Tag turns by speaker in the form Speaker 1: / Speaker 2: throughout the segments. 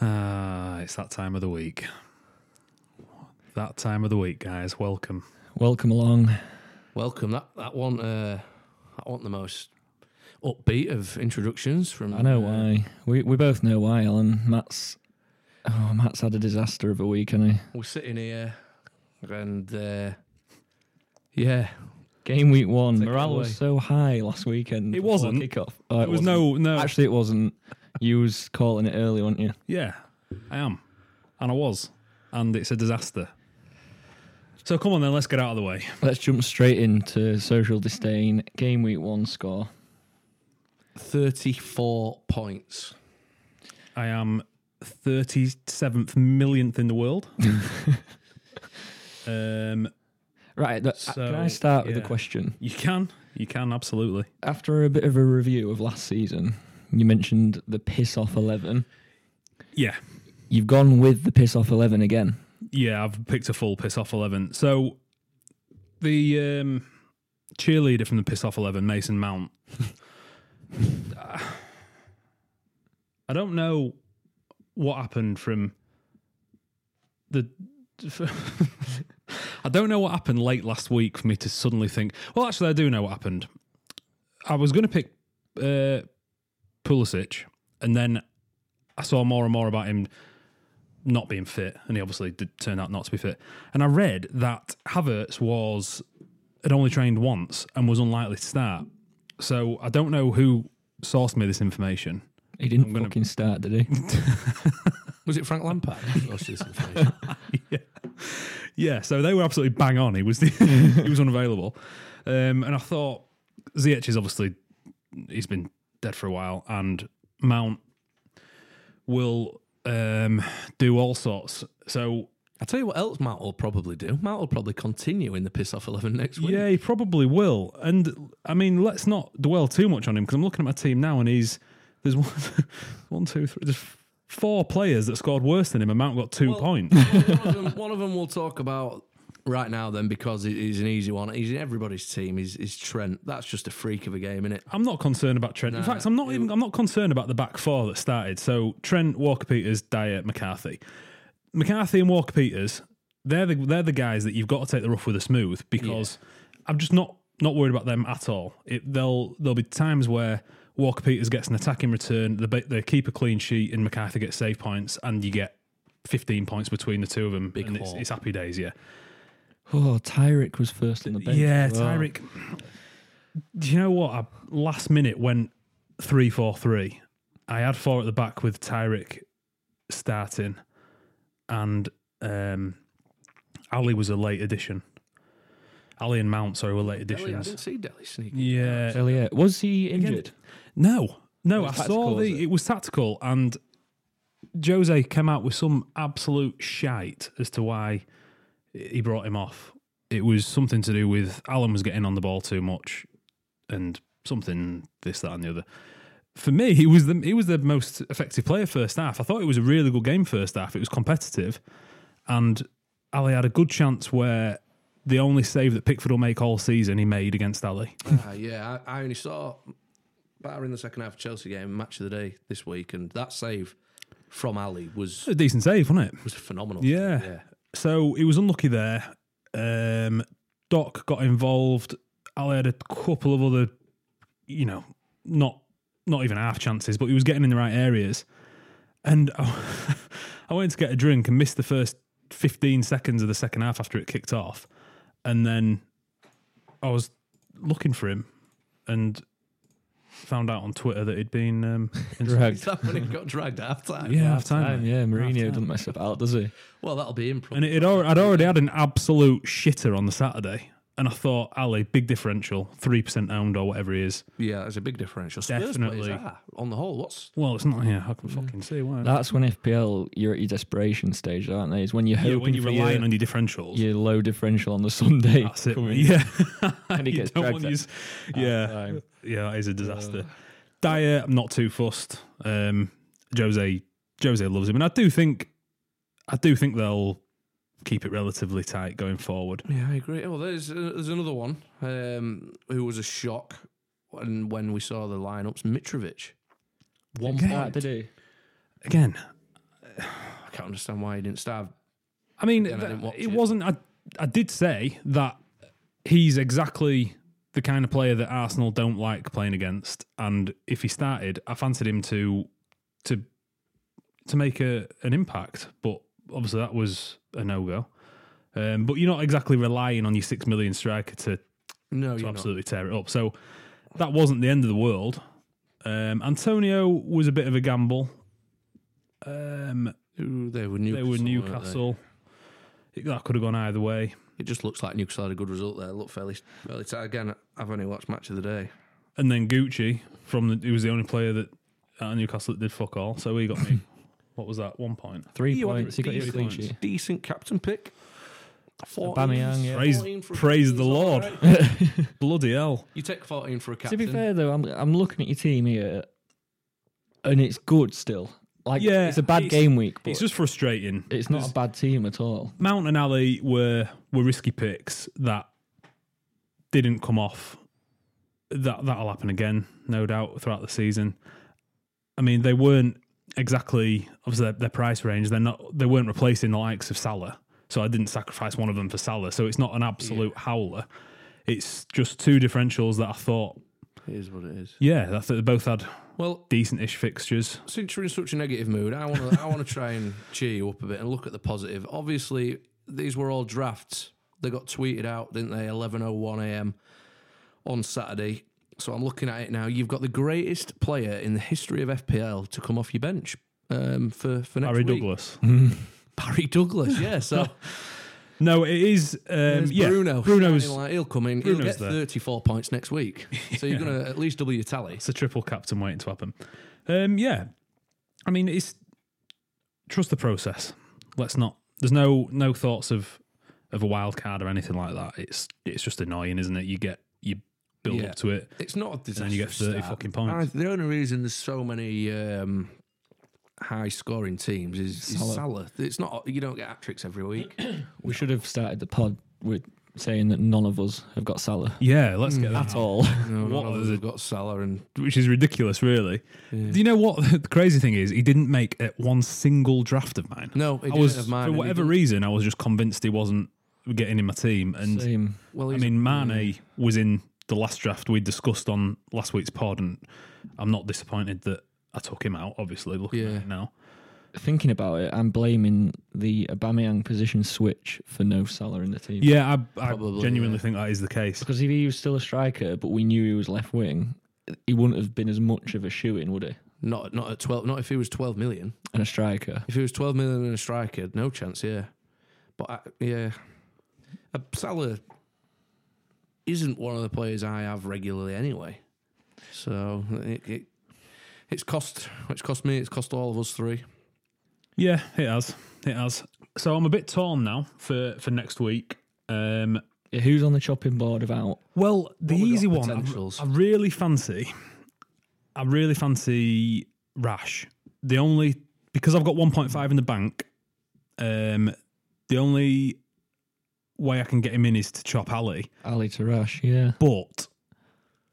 Speaker 1: Ah, it's that time of the week. That time of the week, guys. Welcome.
Speaker 2: Welcome along.
Speaker 3: Welcome. That that one. Uh, that one the most upbeat of introductions from.
Speaker 2: I know
Speaker 3: uh,
Speaker 2: why. We we both know why, Alan. Matt's oh, Matt's had a disaster of a week, and he
Speaker 3: We're sitting here, and uh, yeah,
Speaker 2: game week one.
Speaker 3: Take it
Speaker 2: Morale
Speaker 3: away.
Speaker 2: was so high last weekend.
Speaker 1: It
Speaker 2: before
Speaker 1: wasn't.
Speaker 2: Kickoff. Oh,
Speaker 1: It was
Speaker 2: wasn't.
Speaker 1: no, no.
Speaker 2: Actually, it wasn't. You was calling it early, weren't you?
Speaker 1: Yeah, I am. And I was. And it's a disaster. So come on then, let's get out of the way.
Speaker 2: Let's jump straight into social disdain. Game week one score.
Speaker 3: thirty-four points.
Speaker 1: I am 37th millionth in the world. um,
Speaker 2: Right. That,
Speaker 1: So,
Speaker 2: can I start with
Speaker 1: yeah.
Speaker 2: a question?
Speaker 1: you can. You can, absolutely.
Speaker 2: After a bit of a review of last season, you mentioned the piss off eleven.
Speaker 1: Yeah.
Speaker 2: You've gone with the piss off eleven again.
Speaker 1: Yeah, I've picked a full piss off 11. So the um, cheerleader from the piss off 11, Mason Mount. I don't know what happened from the. I don't know what happened late last week for me to suddenly think. Well, actually, I do know what happened. I was going to pick uh, Pulisic, and then I saw more and more about him not being fit, and he obviously did turn out not to be fit. And I read that Havertz was had only trained once and was unlikely to start. So I don't know who sourced me this information.
Speaker 2: He didn't
Speaker 1: gonna-
Speaker 2: fucking start, did he?
Speaker 3: Was it Frank Lampard? who lost this information?
Speaker 1: Yeah, so they were absolutely bang on. He was he was unavailable, um, and I thought Ziyech is obviously he's been dead for a while, and Mount will um, do all sorts. So
Speaker 3: I tell you what else, Matt will probably do. Matt will probably continue in the piss off eleven next week.
Speaker 1: Yeah, he probably will. And I mean, let's not dwell too much on him because I'm looking at my team now, and he's there's one, one, two, three, there's four players that scored worse than him, and Mount got two
Speaker 3: Well-
Speaker 1: points.
Speaker 3: one, of them, one of them we'll talk about right now then because it is an easy one. He's in everybody's team. He's, he's Trent. That's just a freak of a game, innit?
Speaker 1: I'm not concerned about Trent. In
Speaker 3: Nah,
Speaker 1: fact, I'm not even I'm not concerned about the back four that started. So Trent, Walker Peters, Dyer, McCarthy, McCarthy, and Walker Peters. They're the they're the guys that you've got to take the rough with the smooth because I'm just not not worried about them at all. It, they'll there'll be times where Walker Peters gets an attacking return, the ba- they keep a clean sheet, and McCarthy gets save points, and you get 15 points between the two of them. and it's,
Speaker 3: haul.
Speaker 1: it's happy days, yeah.
Speaker 2: Oh, Tyrick was first on the bench. Oh,
Speaker 1: Yeah,
Speaker 2: as well.
Speaker 1: Tyrick. Do you know what? I last minute went three four three. I had four at the back with Tyrick starting, and um, Ali was a late addition. Ali and Mount, sorry, were late
Speaker 3: Delhi, I
Speaker 1: additions.
Speaker 3: didn't see Delhi sneaking.
Speaker 1: Yeah,
Speaker 2: Elliot, was he injured?
Speaker 1: no, no. I
Speaker 2: was
Speaker 1: saw
Speaker 2: tactical,
Speaker 1: the.
Speaker 2: was
Speaker 1: It?
Speaker 2: it?
Speaker 1: was tactical, and Jose came out with some absolute shite as to why he brought him off. It was something to do with Alan was getting on the ball too much, and something this, that, and the other. For me, he was the he was the most effective player first half. I thought it was a really good game first half. It was competitive, and Ali had a good chance where the only save that Pickford will make all season he made against Ali.
Speaker 3: Ah, yeah, I, I only saw, barring the second half of Chelsea game, match of the day this week, and that save from Ali was
Speaker 1: A decent save, wasn't it?
Speaker 3: was phenomenal.
Speaker 1: Yeah. So he was unlucky there. Um, Doc got involved. Ali had a couple of other, you know, not not even half chances, but he was getting in the right areas. And I, I went to get a drink and missed the first 15 seconds of the second half after it kicked off. And then I was looking for him and found out on Twitter that he'd been um,
Speaker 3: Is
Speaker 2: Dragged.
Speaker 3: that when it got dragged at half time?
Speaker 1: yeah, half time.
Speaker 2: Time, yeah, Mourinho doesn't mess about, does he?
Speaker 3: Well, that'll be improv.
Speaker 1: And it had, al- I'd already had an absolute shitter on the Saturday. and I thought Ali, big differential, three percent owned or whatever he is.
Speaker 3: Yeah, there's a big differential. Spurs
Speaker 1: Definitely.
Speaker 3: players are, on the whole. What's
Speaker 1: Well, it's not here. I can fucking see why.
Speaker 2: That's when FPL you're at your desperation stage, aren't they? It's when you're
Speaker 1: yeah,
Speaker 2: hoping
Speaker 1: when you're
Speaker 2: for
Speaker 1: relying
Speaker 2: your,
Speaker 1: on your differentials.
Speaker 2: your low differential on the Sunday.
Speaker 1: That's it.
Speaker 2: coming
Speaker 1: mate. Yeah,
Speaker 2: And he
Speaker 1: You
Speaker 2: gets
Speaker 1: don't
Speaker 2: dragged
Speaker 1: want
Speaker 2: that-
Speaker 1: these-
Speaker 2: at
Speaker 1: yeah,
Speaker 2: the time.
Speaker 1: yeah, that
Speaker 2: Uh,
Speaker 1: is a disaster. Dyer, I'm not too fussed. Um, Jose, Jose loves him, and I do think, I do think they'll keep it relatively tight going forward.
Speaker 3: Yeah, I agree. Well, oh, there's uh, there's another one um, who was a shock when when we saw the lineups. Mitrovic, one
Speaker 2: Again.
Speaker 3: point.
Speaker 2: Did he?
Speaker 1: Again,
Speaker 3: I can't understand why he didn't start.
Speaker 1: I mean,
Speaker 3: Again, I didn't
Speaker 1: th-
Speaker 3: watch
Speaker 1: it
Speaker 3: it.
Speaker 1: wasn't. I, I did say that he's exactly the kind of player that Arsenal don't like playing against, and if he started, I fancied him to to to make a an impact. But obviously, that was a no go. Um, but you're not exactly relying on your six million striker to,
Speaker 3: No,
Speaker 1: to
Speaker 3: you're
Speaker 1: absolutely tear it up. So that wasn't the end of the world. Um, Antonio was a bit of a gamble. Um,
Speaker 3: not. Ooh, they were
Speaker 1: they
Speaker 3: Newcastle.
Speaker 1: were
Speaker 3: weren't
Speaker 1: Newcastle. It- That could have gone either way.
Speaker 3: It just looks like Newcastle had a good result there. Look fairly fairly tight. Again, I've only watched match of the day.
Speaker 1: And then Gucci from the, he was the only player that at Newcastle that did fuck all. So he got me. what was that? One point.
Speaker 2: Three
Speaker 3: You wanted
Speaker 2: points. He got your
Speaker 1: three
Speaker 2: clean
Speaker 1: points.
Speaker 2: sheet.
Speaker 3: Decent captain pick. 14,
Speaker 2: Aubameyang, yeah.
Speaker 1: Praise-
Speaker 3: 14 for a
Speaker 1: praise
Speaker 3: captain,
Speaker 1: the
Speaker 3: is that
Speaker 1: Lord.
Speaker 3: all right?
Speaker 1: Bloody hell!
Speaker 3: you take fourteen for a
Speaker 2: To
Speaker 3: captain.
Speaker 2: be fair though, I'm I'm looking at your team here, and it's good still. Like
Speaker 1: Yeah,
Speaker 2: it's a bad
Speaker 1: it's-
Speaker 2: game week, but
Speaker 1: It's
Speaker 2: it's,
Speaker 1: just frustrating.
Speaker 2: not a bad team at all.
Speaker 1: Mount and Ali were were risky picks that didn't come off. That that'll happen again, no doubt, throughout the season. I mean, they weren't exactly obviously their, their price range. They're not. They weren't replacing the likes of Salah, so I didn't sacrifice one of them for Salah. So it's not an absolute howler. It's just two differentials that I thought,
Speaker 3: It is what it is.
Speaker 1: yeah, I thought they both had
Speaker 3: Well,
Speaker 1: decent-ish fixtures.
Speaker 3: since you're in such a negative mood, I want to I want to try and cheer you up a bit and look at the positive. Obviously, these were all drafts. They got tweeted out, didn't they? 11:01 a.m. on Saturday. So I'm looking at it now. You've got the greatest player in the history of FPL to come off your bench um, for for next
Speaker 1: Harry
Speaker 3: week.
Speaker 1: Douglas.
Speaker 3: Barry Douglas. Yeah. So
Speaker 1: No, it is. Um,
Speaker 3: there's
Speaker 1: yeah,
Speaker 3: Bruno.
Speaker 1: Bruno's.
Speaker 3: Shining light, he'll come in. he'll
Speaker 1: Bruno's
Speaker 3: get
Speaker 1: there.
Speaker 3: 34 points next week. So you're gonna at least double your tally.
Speaker 1: It's a triple captain waiting to happen. Um, yeah, I mean, it's trust the process. Let's not. There's no no thoughts of of a wild card or anything like that. It's it's just annoying, isn't it? You get you build
Speaker 3: Yeah.
Speaker 1: up to it,
Speaker 3: It's not a disaster.
Speaker 1: and then you get thirty fucking points.
Speaker 3: I, the only reason there's so many um, high scoring teams is is Salah.
Speaker 2: Salah.
Speaker 3: It's not you don't get hat tricks every week.
Speaker 2: We should have started the pod with saying that none of us have got Salah
Speaker 1: Yeah,
Speaker 3: Mm.
Speaker 1: let's get that.
Speaker 2: at all.
Speaker 3: no,
Speaker 1: What
Speaker 3: none of us have got Salah and
Speaker 1: Which is ridiculous, really. Do you know what the crazy thing is? He didn't make it one single draft of mine.
Speaker 3: no, it
Speaker 1: I was
Speaker 3: have mine.
Speaker 1: for
Speaker 3: and he
Speaker 1: whatever
Speaker 3: didn't.
Speaker 1: reason, I was just convinced he wasn't getting in my team, and
Speaker 2: Same.
Speaker 3: Well,
Speaker 1: I
Speaker 3: he's-
Speaker 1: mean, Mane was in the last draft we discussed on last week's pod, and I'm not disappointed that I took him out. Obviously, looking
Speaker 3: Yeah.
Speaker 1: at it now,
Speaker 2: Thinking about it, I'm blaming the Aubameyang position switch for no Salah in the team.
Speaker 1: yeah, I, I
Speaker 3: Probably,
Speaker 1: genuinely
Speaker 3: yeah.
Speaker 1: think that is the case.
Speaker 2: Because if he was still a striker, but we knew he was left wing, he wouldn't have been as much of a shoe in, would he?
Speaker 3: not not at twelve. Not if he was twelve million.
Speaker 2: And a striker.
Speaker 3: If he was twelve million and a striker, no chance. Yeah, but I, yeah, uh, Salah isn't one of the players I have regularly anyway. So it, it it's cost it's cost me. It's cost all of us three.
Speaker 1: Yeah, it has, it has. So I'm a bit torn now for for next week. Um,
Speaker 2: Yeah, who's on the chopping board of out?
Speaker 1: well, the
Speaker 3: we got
Speaker 1: easy one, I,
Speaker 3: potentials?
Speaker 1: I really fancy, I really fancy Rash. The only because I've got 1.5 in the bank. Um, the only way I can get him in is to chop Ali.
Speaker 2: Ali Tarash, yeah.
Speaker 1: but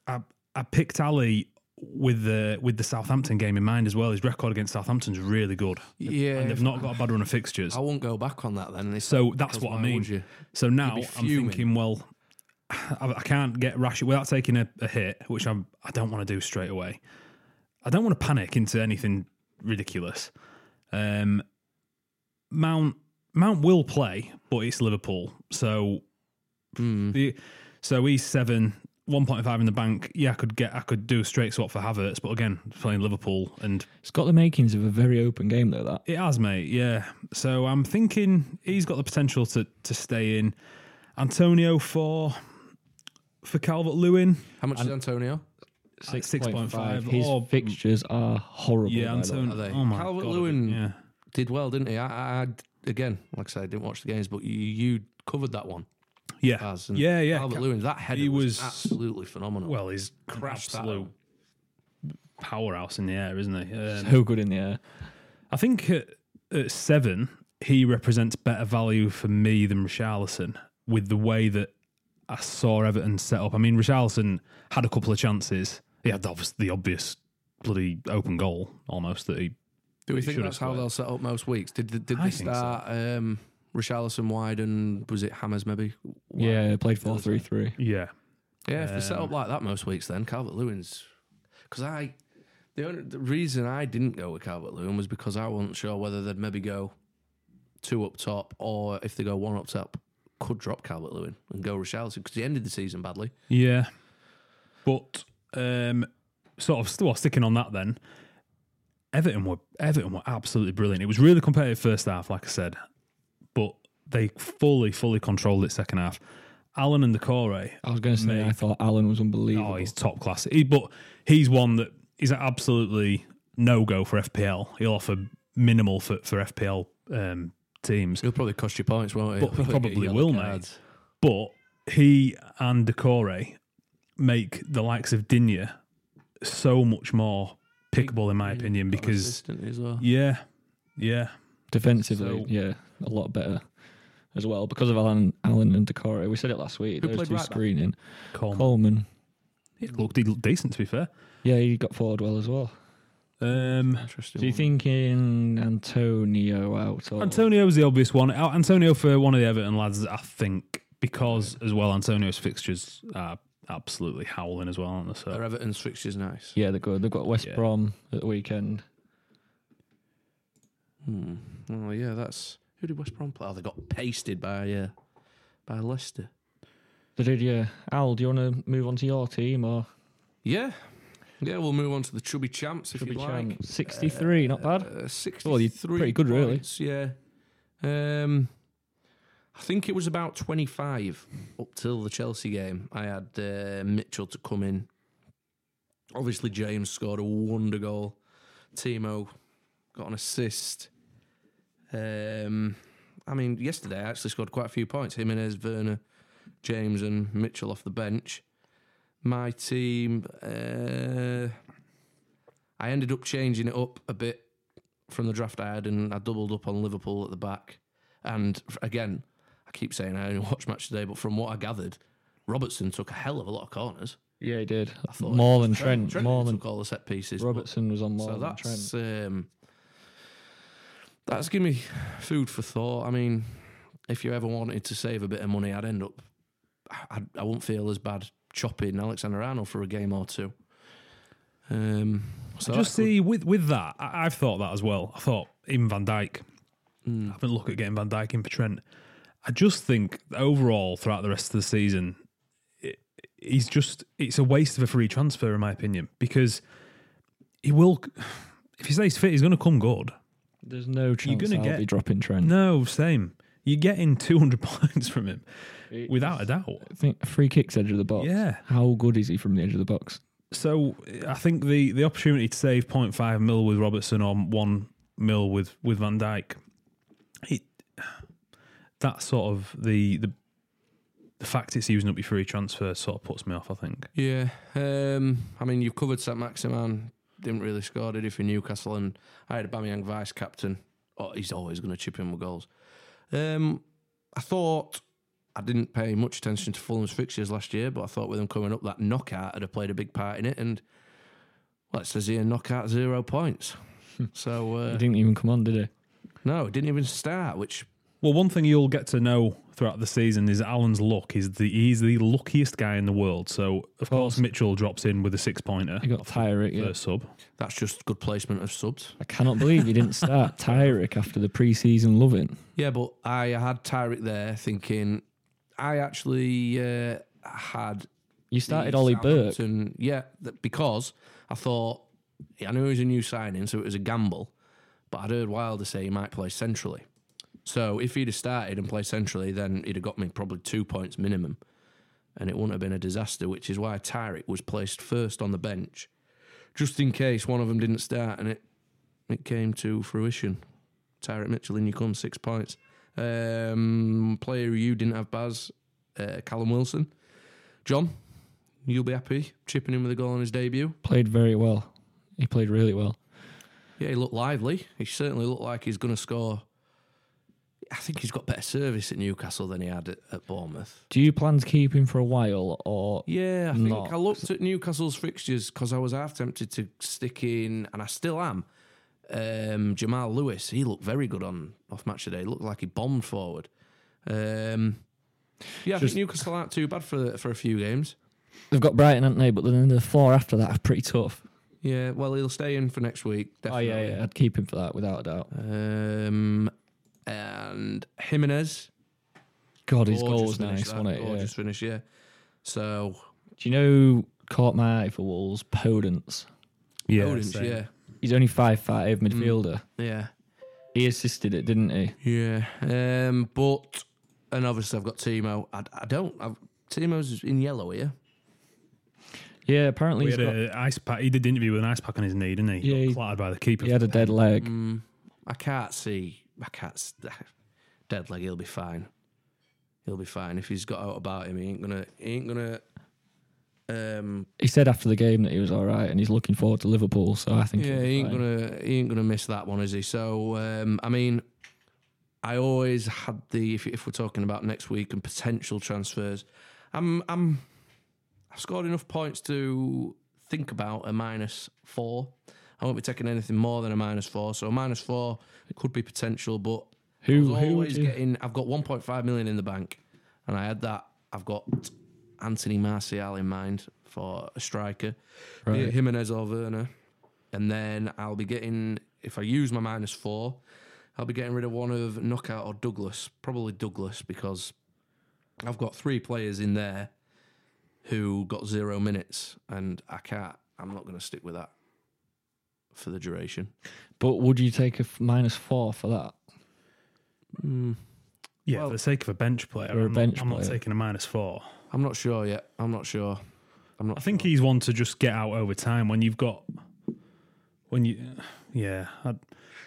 Speaker 3: Uh,
Speaker 1: I I picked Ali with the with the Southampton game in mind as well. His record against Southampton's really good,
Speaker 3: Yeah,
Speaker 1: and they've not got a bad run of fixtures.
Speaker 3: I won't go back on that then. It's
Speaker 1: So that's
Speaker 3: Because
Speaker 1: what I
Speaker 3: why
Speaker 1: mean.
Speaker 3: would you?
Speaker 1: So now
Speaker 3: You'd be
Speaker 1: I'm
Speaker 3: fuming.
Speaker 1: thinking, well, I, I can't get Rashid without taking a, a hit, which I'm I don't want to do straight away. I don't want to panic into anything ridiculous. Um, Mount Mount will play, but it's Liverpool, so
Speaker 3: Hmm.
Speaker 1: the, so he's seven. 1.5 in the bank. Yeah, I could get, I could do a straight swap for Havertz, but again, playing Liverpool and
Speaker 2: It's got the makings of a very open game, though, that.
Speaker 1: it has, mate. Yeah. So I'm thinking he's got the potential to to stay in. Antonio for for Calvert Lewin.
Speaker 3: How much is Antonio?
Speaker 1: Six-
Speaker 2: 6.5.
Speaker 1: 6.5
Speaker 2: His
Speaker 1: or-
Speaker 2: fixtures are horrible.
Speaker 1: Yeah,
Speaker 2: by the way.
Speaker 1: Antonio.
Speaker 3: are they?
Speaker 1: Oh my
Speaker 3: Calvert
Speaker 1: God,
Speaker 3: Lewin.
Speaker 1: Yeah,
Speaker 3: Did well, didn't he? I, I again, like I said, I didn't watch the games, but you, you covered that one.
Speaker 1: yeah,
Speaker 3: As and
Speaker 1: yeah, yeah.
Speaker 3: Albert
Speaker 1: Cal-
Speaker 3: Lewin, that header
Speaker 1: he
Speaker 3: was,
Speaker 1: was-
Speaker 3: absolutely phenomenal.
Speaker 1: well, he's an
Speaker 3: Crashed that
Speaker 1: absolute powerhouse in the air, isn't he? Um,
Speaker 2: So good in the air.
Speaker 1: I think at, at seven, he represents better value for me than Richarlison with the way that I saw Everton set up. I mean, Richarlison had a couple of chances. He had the obvious, the obvious bloody open goal almost that he.
Speaker 3: Do we
Speaker 1: He
Speaker 3: think
Speaker 1: should
Speaker 3: that's
Speaker 1: have
Speaker 3: how
Speaker 1: scored.
Speaker 3: they'll set up most weeks? Did did, did
Speaker 1: I
Speaker 3: they
Speaker 1: think so.
Speaker 3: start um, Richarlison wide and was it Hammers maybe? wide?
Speaker 2: Yeah, he played
Speaker 3: Those
Speaker 2: 4 3
Speaker 3: are-
Speaker 2: 3.
Speaker 1: Yeah.
Speaker 3: yeah. If they set
Speaker 1: Um,
Speaker 3: up like that most weeks, then Calvert Lewin's because I the only the reason I didn't go with Calvert Lewin was because I wasn't sure whether they'd maybe go two up top or if they go one up top could drop Calvert Lewin and go Richarlison because he ended the season badly.
Speaker 1: Yeah. But um, sort of still sticking on that then. Everton were Everton were absolutely brilliant. It was really competitive first half, like I said, but they fully, fully controlled it second half. Allen and the Corey,
Speaker 2: I was going to say, I thought Allen was unbelievable.
Speaker 1: oh, he's top class. He, but he's one that is absolutely no go for FPL. He'll offer minimal for, for FPL um, teams.
Speaker 3: He'll probably cost you points, won't he?
Speaker 1: But
Speaker 3: He'll
Speaker 1: he
Speaker 3: get
Speaker 1: probably
Speaker 3: yellow
Speaker 1: will,
Speaker 3: cards.
Speaker 1: But he and Decore make the likes of Dinya so much more pickable, in my
Speaker 3: Mm,
Speaker 1: opinion, because
Speaker 3: Assistant as well.
Speaker 1: yeah, yeah,
Speaker 2: Defensively,
Speaker 1: So-
Speaker 2: yeah, a lot better as well because of Alan, Allen and Decore. We said it last week.
Speaker 3: Who
Speaker 2: Those
Speaker 3: played
Speaker 2: two
Speaker 3: right back?
Speaker 2: screening.
Speaker 1: Coleman.
Speaker 2: Coleman.
Speaker 1: It looked, he looked decent, to be fair.
Speaker 2: Yeah, he got forward well as well.
Speaker 1: Um,
Speaker 3: Interesting.
Speaker 2: So you
Speaker 3: one.
Speaker 2: thinking Antonio out? Or,
Speaker 1: Antonio was the obvious one. Al- Antonio for one of the Everton lads, I think, because as well, Antonio's fixtures are absolutely howling as well, aren't they?
Speaker 3: Their
Speaker 1: So,
Speaker 3: Everton's fixture's nice.
Speaker 2: Yeah, they're good. They've got West
Speaker 1: Yeah.
Speaker 2: Brom at the weekend.
Speaker 3: Hmm. Oh yeah, that's who did West Brom play? Oh, they got pasted by uh, by Leicester.
Speaker 2: They did, yeah. Al, do you want to move on to your team or
Speaker 3: Yeah, yeah. We'll move on to the chubby champs if
Speaker 2: Should
Speaker 3: you
Speaker 2: be
Speaker 3: like.
Speaker 2: champ? 63, not bad.
Speaker 3: Uh,
Speaker 2: Well,
Speaker 3: Sixty-three.
Speaker 2: you're pretty good, really.
Speaker 3: points, Yeah. Um, I think it was about twenty-five up till the Chelsea game. I had uh, Mitchell to come in. Obviously, James scored a wonder goal. Timo got an assist. Um, I mean, yesterday I actually scored quite a few points. Jimenez, Werner, James, and Mitchell off the bench. My team, uh, I ended up changing it up a bit from the draft I had, and I doubled up on Liverpool at the back. And f- again, I keep saying I only watched match today, but from what I gathered, Robertson took a hell of a lot of corners.
Speaker 2: Yeah, he did.
Speaker 3: I thought
Speaker 2: More than Trent.
Speaker 3: Trent
Speaker 2: more than
Speaker 3: took all the set pieces. but-
Speaker 2: Robertson was on more
Speaker 3: so
Speaker 2: than Trent.
Speaker 3: that's um, that's give me food for thought. I mean, if you ever wanted to save a bit of money, I'd end up. I, I wouldn't feel as bad chopping Alexander Arnold for a game or two. Um, so
Speaker 1: I
Speaker 3: that
Speaker 1: just
Speaker 3: could-
Speaker 1: see with with that, I, I've thought that as well. I thought even Van Dyke.
Speaker 3: Mm.
Speaker 1: I've been looking at getting Van Dyke in for Trent. I just think overall throughout the rest of the season, it, he's just it's a waste of a free transfer in my opinion because he will. If he stays fit, he's going to come good.
Speaker 2: There's no chance
Speaker 1: gonna
Speaker 2: I'll
Speaker 1: get-
Speaker 2: be dropping Trent.
Speaker 1: No, same. You're getting 200 points from him without a doubt.
Speaker 2: I think free kicks edge of the box.
Speaker 1: Yeah.
Speaker 2: How good is he from the edge of the box?
Speaker 1: So I think the the opportunity to save 0.5 mil with Robertson or one mil with with Van Dyke, it that sort of the the the fact it's using up your free transfer sort of puts me off. I think.
Speaker 3: Yeah, um, I mean you've covered St Maximan. Didn't really score, did he, for Newcastle? And I had Aubameyang vice captain. Oh, he's always going to chip in with goals. Um, I thought I didn't pay much attention to Fulham's fixtures last year, but I thought with them coming up, that knockout had played a big part in it. And well, it says here knockout zero points. so
Speaker 2: He
Speaker 3: uh,
Speaker 2: didn't even come on, did he?
Speaker 3: no, it didn't even start. Which
Speaker 1: Well, one thing you'll get to know throughout the season is Alan's luck. Is the he's the luckiest guy in the world. So of course Mitchell drops in with a six pointer.
Speaker 2: He got Tyrick. Yeah.
Speaker 1: First sub.
Speaker 3: that's just good placement of subs.
Speaker 2: I cannot believe he didn't start Tyrick after the pre-season loving.
Speaker 3: Yeah, but I had Tyrick there thinking I actually uh, had
Speaker 2: You started
Speaker 3: the
Speaker 2: Ollie Burke.
Speaker 3: Southampton- Yeah, th- because I thought I knew he was a new signing, so it was a gamble. But I'd heard Wilder say he might play centrally. So if he'd have started and played centrally, then he'd have got me probably two points minimum. and it wouldn't have been a disaster, which is why Tyrick was placed first on the bench, just in case one of them didn't start, and it it came to fruition. Tyrick Mitchell in you come six points. Um, player you didn't have Baz, uh, Callum Wilson, John. You'll be happy chipping in with a goal on his debut.
Speaker 2: Played very well. He played really well.
Speaker 3: Yeah, he looked lively. He certainly looked like he's going to score. I think he's got better service at Newcastle than he had at, at Bournemouth.
Speaker 2: Do you plan to keep him for a while or
Speaker 3: Yeah, I think
Speaker 2: Not-
Speaker 3: I looked at Newcastle's fixtures because I was half tempted to stick in, and I still am. Um, Jamal Lewis, he looked very good on off match today. Looked like he bombed forward. Um, yeah, I think
Speaker 2: Just-
Speaker 3: Newcastle aren't too bad for for a few games.
Speaker 2: they've got Brighton, haven't they? But then the four after that are pretty tough.
Speaker 3: Yeah, well, he'll stay in for next week. Definitely.
Speaker 2: Oh yeah, yeah, I'd keep him for that without a doubt.
Speaker 3: Um, and Jimenez,
Speaker 2: God, his
Speaker 3: Gorgeous
Speaker 2: goal was
Speaker 3: finish,
Speaker 2: nice,
Speaker 3: that.
Speaker 2: wasn't it? Yeah.
Speaker 3: Gorgeous finish, yeah. So
Speaker 2: Do you know who caught my eye for Wolves? Podence.
Speaker 1: Yeah,
Speaker 3: Odin's,
Speaker 1: same.
Speaker 3: yeah,
Speaker 2: He's only five five midfielder.
Speaker 3: yeah,
Speaker 2: He assisted it, didn't he?
Speaker 3: yeah, Um, but and obviously I've got Timo. I, I don't. I've, Timo's in yellow here.
Speaker 2: Yeah, apparently
Speaker 1: We
Speaker 2: he's
Speaker 1: had
Speaker 2: got,
Speaker 1: a ice pack. He did the interview with an ice pack on his knee, didn't he? He
Speaker 2: Yeah,
Speaker 1: got
Speaker 2: he-
Speaker 1: clattered by the keeper.
Speaker 2: he had a dead leg.
Speaker 3: Mm, I can't see. I can't. s- Dead leg. He'll be fine. He'll be fine if he's got out about him. He ain't gonna. He ain't gonna. Um,
Speaker 2: He said after the game that he was all right and he's looking forward to Liverpool. So I think
Speaker 3: Yeah,
Speaker 2: he'll be
Speaker 3: he ain't
Speaker 2: fine.
Speaker 3: gonna he ain't gonna miss that one, is he? So um, I mean, I always had the if, if we're talking about next week and potential transfers, I'm I'm I've scored enough points to think about a minus four. I won't be taking anything more than a minus four, so a minus four could be potential. But I
Speaker 2: Who who
Speaker 3: was
Speaker 2: would
Speaker 3: always
Speaker 2: you-
Speaker 3: getting. I've got 1.5 million in the bank, and I had that. I've got Anthony Martial in mind for a striker, be it
Speaker 2: Right.
Speaker 3: Jimenez or Werner, and then I'll be getting if I use my minus four, I'll be getting rid of one of Knockout or Douglas, probably Douglas because I've got three players in there who got zero minutes, and I can't. I'm not going to stick with that for the duration.
Speaker 2: But would you take a f- minus four for that?
Speaker 1: Yeah,
Speaker 3: Well-
Speaker 1: for the sake of a bench player,
Speaker 2: For a
Speaker 1: I'm,
Speaker 2: bench
Speaker 1: not, I'm not
Speaker 2: player.
Speaker 1: taking a minus four.
Speaker 3: I'm not sure yet. I'm not sure. I'm not.
Speaker 1: I think he's one to just get out over time when you've got when you yeah. i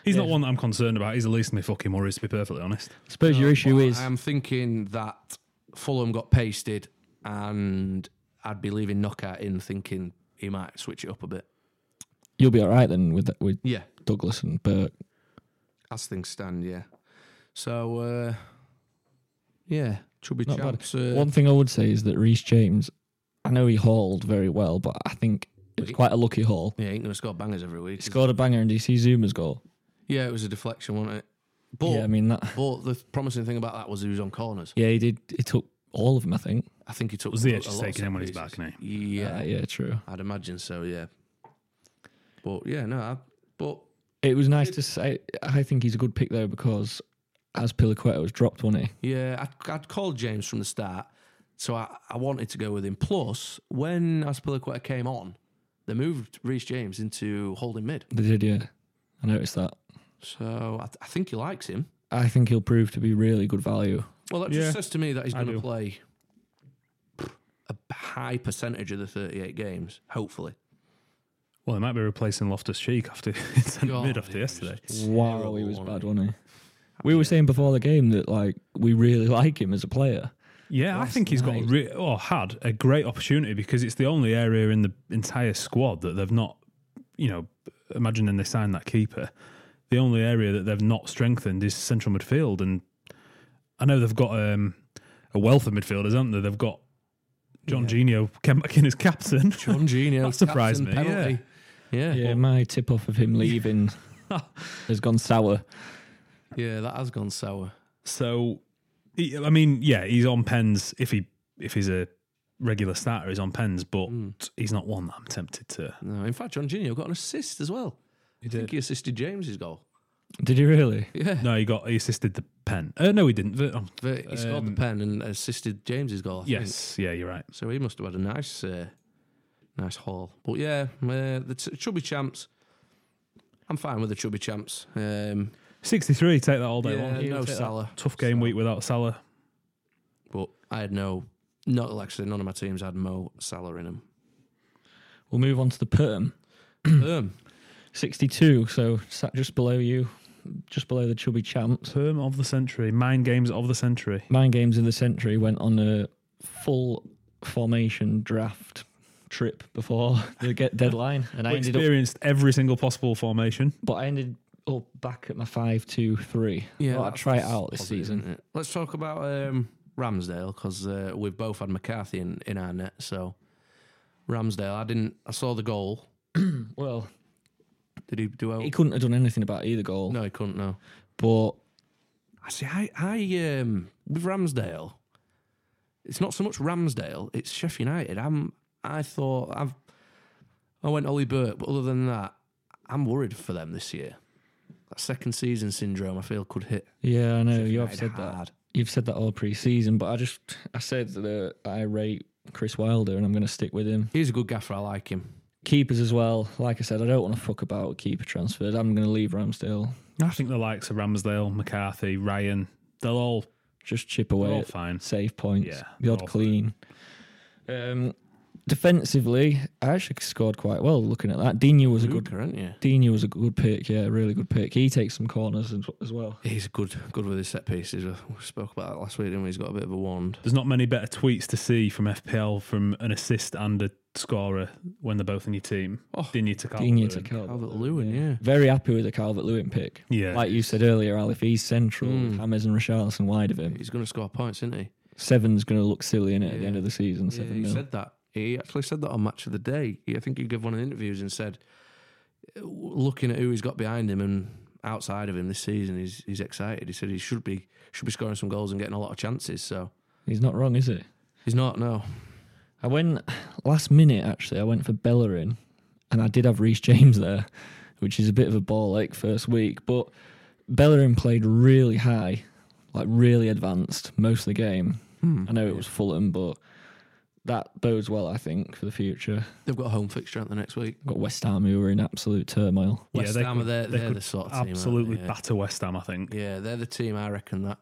Speaker 1: he's not
Speaker 2: Yeah.
Speaker 1: one that I'm concerned about. He's the least of my fucking worries, to be perfectly honest.
Speaker 2: I suppose your issue
Speaker 3: Oh, Well,
Speaker 2: is
Speaker 3: I'm thinking that Fulham got pasted, and I'd be leaving Knockout in, thinking he might switch it up a bit.
Speaker 2: you'll be all right then with that, with
Speaker 3: Yeah,
Speaker 2: Douglas and Burke.
Speaker 3: as things stand, yeah. So, uh, yeah, chubby
Speaker 2: Not bad.
Speaker 3: chaps. Uh,
Speaker 2: One thing I would say is that Reece James, I know he hauled very well, but I think it was quite a lucky haul.
Speaker 3: yeah, ain't gonna score bangers every week.
Speaker 2: He scored a banger and did you see Zuma's goal?
Speaker 3: Yeah, it was a deflection, wasn't it? But
Speaker 2: yeah, I mean that.
Speaker 3: but the promising thing about that was he was on corners.
Speaker 2: Yeah, he did. He took all of them, I think.
Speaker 3: I think he took
Speaker 1: Was the
Speaker 3: a
Speaker 1: edge
Speaker 3: lot of
Speaker 1: taking him when he's
Speaker 3: set
Speaker 1: back, isn't
Speaker 3: pieces. Yeah,
Speaker 2: Uh, yeah, true.
Speaker 3: I'd imagine so. Yeah, but yeah, no, I, but
Speaker 2: It was nice to say. I think he's a good pick though because as Pilaqueta was dropped, wasn't he?
Speaker 3: Yeah, I'd, I'd called James from the start, so I, I wanted to go with him. Plus, when Aspilicueta came on, they moved Reece James into holding mid.
Speaker 2: They did, yeah. I noticed that.
Speaker 3: So I, th- I think he likes him.
Speaker 2: I think he'll prove to be really good value.
Speaker 3: Well, that just
Speaker 1: Yeah,
Speaker 3: says to me that he's
Speaker 1: I
Speaker 3: going to
Speaker 1: do.
Speaker 3: play a high percentage of the 38 games, hopefully.
Speaker 1: Well, he might be replacing Loftus Cheek after it's in mid
Speaker 3: God,
Speaker 1: after
Speaker 3: it was
Speaker 1: yesterday.
Speaker 2: Wow,
Speaker 3: terrible,
Speaker 2: he was
Speaker 3: wasn't
Speaker 2: bad,
Speaker 3: it?
Speaker 2: wasn't he? We were saying before the game that like we really like him as a player.
Speaker 1: Yeah, I
Speaker 2: Last
Speaker 1: think he's got a
Speaker 2: night.
Speaker 1: re- or had a great opportunity because it's the only area in the entire squad that they've not, you know, imagining they signed that keeper. The only area that they've not strengthened is central midfield, and I know they've got um, a wealth of midfielders, haven't they? They've got John Genio came back in as captain.
Speaker 3: John Genio.
Speaker 1: That surprised
Speaker 3: captain,
Speaker 1: me, yeah.
Speaker 3: penalty.
Speaker 2: Yeah,
Speaker 3: Yeah. yeah.
Speaker 2: my tip off of him leaving has gone sour.
Speaker 3: that has gone sour.
Speaker 1: So, he, I mean, yeah, he's on pens if he if he's a regular starter, he's on pens, but he's not one that I'm tempted to.
Speaker 3: No, in fact, John Genio got an assist as well. I think
Speaker 1: did.
Speaker 3: he assisted James's goal.
Speaker 2: Did he really?
Speaker 3: Yeah.
Speaker 1: No, he got he assisted the pen. Uh, no, he didn't. Ver- oh,
Speaker 3: But he scored the
Speaker 1: Um,
Speaker 3: pen and assisted James's goal. I think.
Speaker 1: Yes, yeah, you're right.
Speaker 3: So he must have had a nice, uh, nice haul. But yeah, uh, the t- chubby champs. I'm fine with the chubby champs. Um,
Speaker 1: 63, take that all day
Speaker 3: yeah,
Speaker 1: long.
Speaker 3: no
Speaker 1: Take that.
Speaker 3: Salah,
Speaker 1: Tough game week without Salah.
Speaker 3: but I had no Not actually, none of my teams had Mo Salah in them.
Speaker 2: We'll move on to the perm.
Speaker 3: um,
Speaker 2: 62, so sat just below you, just below the chubby champs.
Speaker 1: Term of the century, mind games of the century.
Speaker 2: Mind Games of the Century went on a full formation draft trip before the get deadline, and I
Speaker 1: We
Speaker 2: ended up,
Speaker 1: experienced every single possible formation.
Speaker 2: but I ended up back at my five, two, three.
Speaker 3: Yeah,
Speaker 2: I'll
Speaker 3: that's
Speaker 2: try it out this
Speaker 3: positive,
Speaker 2: season.
Speaker 3: isn't it? Let's talk about um, Ramsdale because uh, we've both had McCarthy in, in our net. So Ramsdale, I didn't. I saw the goal.
Speaker 2: Well,
Speaker 3: Did he do well?
Speaker 2: he couldn't have done anything about either goal,
Speaker 3: Oh. no, he couldn't. No.
Speaker 2: but
Speaker 3: I see. I, I um, with Ramsdale, it's not so much Ramsdale. It's Sheffield United. I'm. I thought I've. I went Ollie Burke, but other than that, I'm worried for them this year. That second season syndrome, I feel, could hit.
Speaker 2: yeah, I know you have
Speaker 3: United
Speaker 2: said that.
Speaker 3: hard.
Speaker 2: You've said that all pre-season, but I just I said that uh, I rate Chris Wilder, and I'm going to stick with him.
Speaker 3: He's a good gaffer. I like him.
Speaker 2: Keepers as well. Like I said, I don't want to fuck about with keeper transfers. I'm going to leave Ramsdale.
Speaker 1: I think the likes of Ramsdale, McCarthy, Ryan, they'll all
Speaker 2: Just chip
Speaker 1: they're
Speaker 2: away
Speaker 1: all
Speaker 2: at
Speaker 1: fine.
Speaker 2: save points.
Speaker 1: Yeah,
Speaker 2: the odd
Speaker 1: awful.
Speaker 2: clean. Um, defensively, I actually scored quite well. Looking at that, Dino was a good.
Speaker 3: Luca, aren't you?
Speaker 2: Dino was a good pick. Yeah, really good pick. He takes some corners as, as well.
Speaker 3: He's good, good with his set pieces. We spoke about that last week, didn't we? He's got a bit of a wand.
Speaker 1: There's not many better tweets to see from FPL from an assist and a scorer when they're both in your team.
Speaker 3: Oh,
Speaker 1: Didn't you take out
Speaker 2: Dino
Speaker 1: Lewin?
Speaker 2: to Calvert.
Speaker 3: Calvert Lewin, yeah.
Speaker 2: Very happy with the Calvert Lewin pick.
Speaker 1: Yeah.
Speaker 2: Like you said earlier, Al, if he's central,
Speaker 3: Mm.
Speaker 2: with Hammers and Richarlison wide of him,
Speaker 3: He's going to score points, isn't he?
Speaker 2: seven's going to look silly in it at the
Speaker 3: Yeah.
Speaker 2: end of the season.
Speaker 3: Yeah,
Speaker 2: Seven
Speaker 3: he
Speaker 2: mil.
Speaker 3: said that. He actually said that on Match of the Day. He, I think he gave one of the interviews and said, uh, looking at who he's got behind him and outside of him this season, he's he's excited. He said he should be should be scoring some goals and getting a lot of chances. So
Speaker 2: He's not wrong, is it?
Speaker 3: he's not. No,
Speaker 2: I went last minute actually. I went for Bellerin, and I did have Reece James there, which is a bit of a ball ache first week. But Bellerin played really high, like really advanced most of the game.
Speaker 3: Hmm.
Speaker 2: I know it was Fulham, but that bodes well, I think, for the future.
Speaker 3: they've got a home fixture out the next week.
Speaker 2: Got West Ham who were in absolute turmoil.
Speaker 1: Yeah,
Speaker 3: West
Speaker 1: they
Speaker 3: Ham,
Speaker 1: could-
Speaker 3: they're,
Speaker 1: they
Speaker 3: they're
Speaker 1: could
Speaker 3: the sort of team. aren't they?
Speaker 1: absolutely
Speaker 3: Yeah.
Speaker 1: batter West Ham, I think.
Speaker 3: Yeah, they're the team I reckon that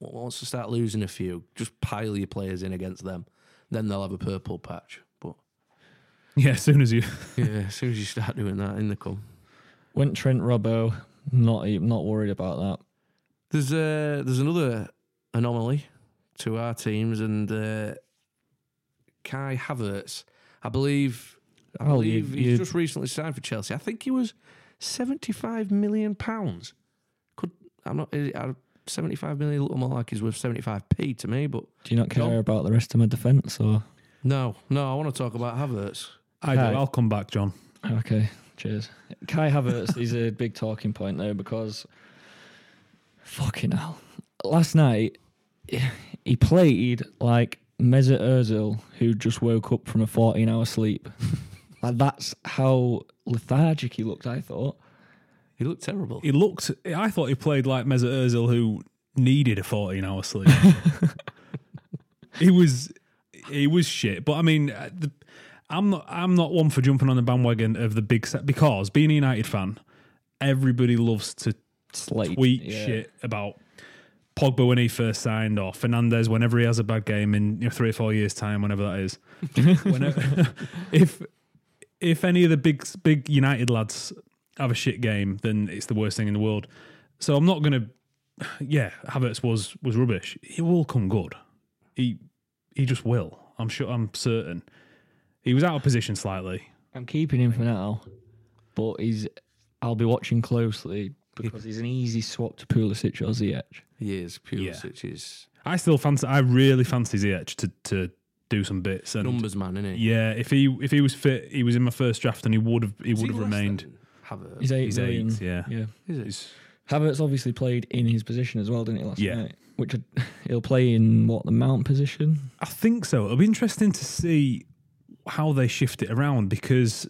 Speaker 3: w- once they start losing a few, just pile your players in against them. Then they'll have a purple patch. But
Speaker 1: Yeah, as soon as you
Speaker 3: yeah, as soon as you start doing that, in they come.
Speaker 2: Went Trent Robbo. Not e- not worried about that.
Speaker 3: There's uh, there's another anomaly to our teams, and uh, Kai Havertz, I believe, I
Speaker 2: Oh, you-
Speaker 3: believe
Speaker 2: you-
Speaker 3: he's just recently signed for Chelsea. I think he was seventy five million pounds. Could I'm not seventy five million a little more like he's worth seventy five p to me, but
Speaker 2: Do you not care
Speaker 3: Go on.
Speaker 2: about the rest of my defence or?
Speaker 3: no, no, I want to talk about Havertz.
Speaker 1: I do.
Speaker 2: Hi.
Speaker 1: I'll come back, John.
Speaker 2: Okay, cheers. Kai Havertz is a big talking point though because fucking hell. Last night he played like Mesut Ozil who just woke up from a 14-hour sleep. like that's how lethargic he looked, I thought.
Speaker 3: He looked terrible.
Speaker 1: He looked. I thought he played like Mesut Ozil, who needed a fourteen-hour sleep. he was, he was shit. But I mean, uh, the, I'm not. I'm not one for jumping on the bandwagon of the big set because being a United fan, everybody loves to
Speaker 2: Slate.
Speaker 1: tweet
Speaker 2: yeah.
Speaker 1: shit about Pogba when he first signed, or Fernandez whenever he has a bad game in you know, three or four years' time, whenever that is. whenever, if if any of the big big United lads have a shit game, then it's the worst thing in the world. So I'm not gonna. Yeah, Havertz was was rubbish. He will come good. He he just will. I'm sure. I'm certain. He was out of position slightly.
Speaker 2: I'm keeping him for now, but he's I'll be watching closely because he's an easy swap to Pulisic or Ziyech.
Speaker 3: He is
Speaker 1: Yeah.
Speaker 3: Pulisic is
Speaker 1: I still fancy. I really fancy Ziyech to to do some bits and
Speaker 3: numbers man, isn't he?
Speaker 1: Yeah, if he if he was fit, he was in my first draft, and he would have he would have remained.
Speaker 3: Havertz.
Speaker 2: He's eight
Speaker 1: He's eight,
Speaker 2: million.
Speaker 1: yeah.
Speaker 2: Yeah.
Speaker 3: Is it?
Speaker 1: He's-
Speaker 2: Havertz obviously played in his position as well, didn't he, last
Speaker 1: Yeah.
Speaker 2: night? Which I- he'll play in what the mount position.
Speaker 1: I think so. It'll be interesting to see how they shift it around because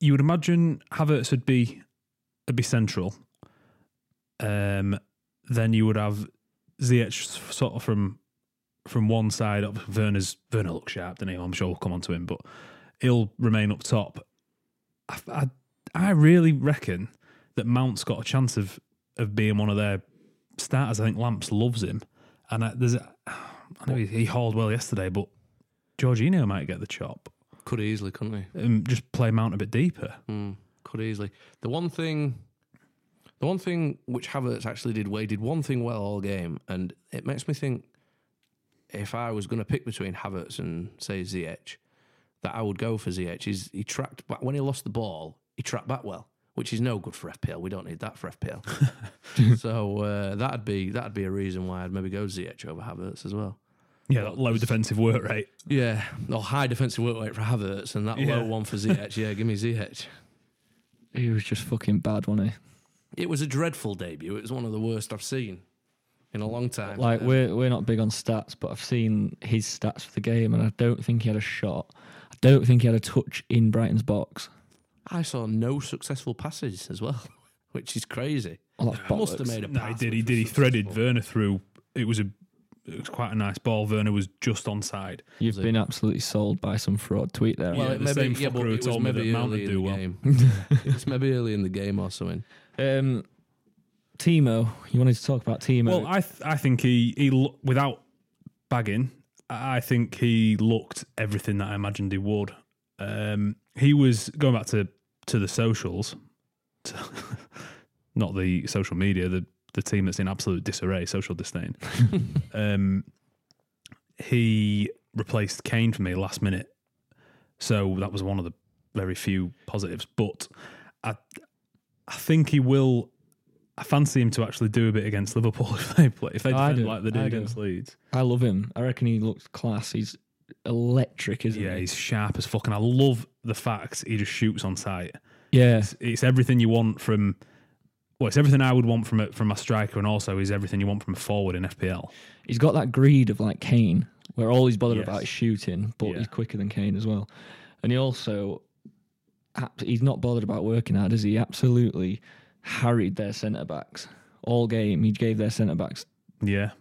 Speaker 1: you would imagine Havertz would be would be central. Um, then you would have Ziyech sort of from from one side up. Werner's Werner looks sharp, doesn't he? I'm sure we'll come on to him, but he'll remain up top. I, I, I really reckon that Mount's got a chance of of being one of their starters. I think Lamps loves him, and I, there's a- I know he, he hauled well yesterday, but Jorginho might get the chop.
Speaker 3: Could easily, couldn't he?
Speaker 1: Um, just play Mount a bit deeper.
Speaker 3: Mm, could easily. The one thing, the one thing which Havertz actually did, well, he did one thing well all game, and it makes me think if I was going to pick between Havertz and say Ziyech, that I would go for Ziyech. He's, he tracked back when he lost the ball. He tracked back well, which is no good for FPL. We don't need that for FPL. so uh, that'd be that'd be a reason why I'd maybe go Ziyech over Havertz as well.
Speaker 1: Yeah, that low defensive work rate.
Speaker 3: Yeah, or high defensive work rate for Havertz and that
Speaker 1: Yeah.
Speaker 3: low one for Ziyech. Yeah, give me Ziyech.
Speaker 2: He was just fucking bad, wasn't he?
Speaker 3: It was a dreadful debut. It was one of the worst I've seen in a long time.
Speaker 2: Like
Speaker 3: Uh,
Speaker 2: we're we're not big on stats, but I've seen his stats for the game, and I don't think he had a shot. I don't think he had a touch in Brighton's box.
Speaker 3: I saw no successful passes as well, which is crazy.
Speaker 2: Well, Oh, that's
Speaker 3: Must have
Speaker 2: bollocks.
Speaker 3: made a
Speaker 1: No,
Speaker 3: pass.
Speaker 1: he did. He
Speaker 3: which
Speaker 1: did. He
Speaker 3: was
Speaker 1: threaded
Speaker 3: successful.
Speaker 1: Werner through. It was a. It was quite a nice ball. Werner was just on side.
Speaker 2: You've been absolutely sold by some fraud tweet there.
Speaker 1: Yeah,
Speaker 3: Well, it
Speaker 1: the
Speaker 3: maybe,
Speaker 1: same
Speaker 3: yeah, but
Speaker 1: fucker who
Speaker 3: it was
Speaker 1: told me
Speaker 3: maybe
Speaker 1: that Mount
Speaker 3: early
Speaker 1: would
Speaker 3: in
Speaker 1: do
Speaker 3: the
Speaker 1: well.
Speaker 3: game. it's maybe early in the game or something.
Speaker 2: Um, Timo, you wanted to talk about Timo.
Speaker 1: Well, I th- I think he he lo- without bagging, I I think he looked everything that I imagined he would. Um, he was going back to to the socials, to- not the social media, the the team that's in absolute disarray, social disdain. um, he replaced Kane for me last minute, so that was one of the very few positives. But I I think he will I fancy him to actually do a bit against Liverpool if they play if they
Speaker 2: Oh, I
Speaker 1: defend
Speaker 2: do.
Speaker 1: like they do
Speaker 2: I do.
Speaker 1: against Leeds.
Speaker 2: I love him. I reckon he looks class. He's electric, isn't
Speaker 1: Yeah,
Speaker 2: he?
Speaker 1: he's sharp as fuck, and I love the fact he just shoots on sight.
Speaker 2: Yeah,
Speaker 1: It's, it's everything you want from. Well, it's everything I would want from a, from a striker, and also is everything you want from a forward in FPL.
Speaker 2: he's got that greed of like Kane, where all he's bothered
Speaker 1: Yes.
Speaker 2: about is shooting, but
Speaker 1: Yeah.
Speaker 2: he's quicker than Kane as well. And he also, ab- he's not bothered about working hard, is he? He Absolutely harried their centre backs all game. He gave their centre backs
Speaker 1: Yeah,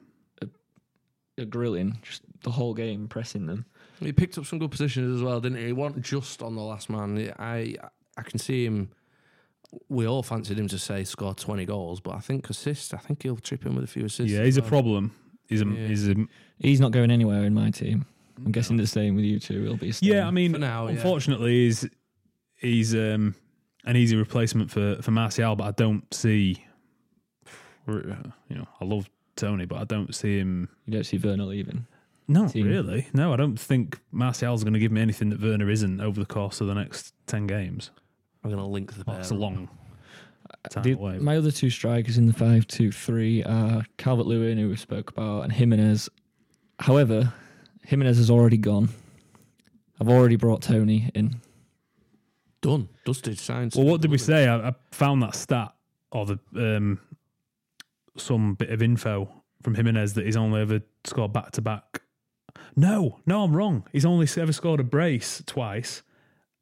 Speaker 2: a grilling, just the whole game, pressing them.
Speaker 3: He picked up some good positions as well, didn't he? He wasn't just on the last man. I I can see him. We all fancied him to say score twenty goals, but I think assists. I think he'll chip in with a few assists.
Speaker 1: yeah,
Speaker 3: as
Speaker 1: he's a
Speaker 3: well.
Speaker 1: problem. He's a
Speaker 3: Yeah.
Speaker 1: he's a
Speaker 2: He's not going anywhere in my team. I'm guessing the same with you two. He'll be staying.
Speaker 1: yeah. I mean,
Speaker 3: For now, yeah.
Speaker 1: unfortunately, he's he's um an easy replacement for for Martial, but I don't see. You know, I love Tony, but I don't see him
Speaker 2: you don't see Werner leaving.
Speaker 1: No,
Speaker 2: team.
Speaker 1: really. No, I don't think Martial's going to give me anything that Werner isn't over the course of the next 10 games.
Speaker 3: I'm going to link the pair.
Speaker 1: Oh, That's a long
Speaker 3: Uh,
Speaker 1: time
Speaker 2: The-
Speaker 1: away.
Speaker 2: my other two strikers in the five-two-three are Calvert Lewin, who we spoke about, and Jimenez. However, Jimenez has already gone. I've already brought Tony in.
Speaker 3: Done. Dusted. Signed.
Speaker 1: well, what did we say? I, I found that stat or the um, some bit of info from Jimenez that he's only ever scored back to back. No, no, I'm wrong. He's only ever scored a brace twice,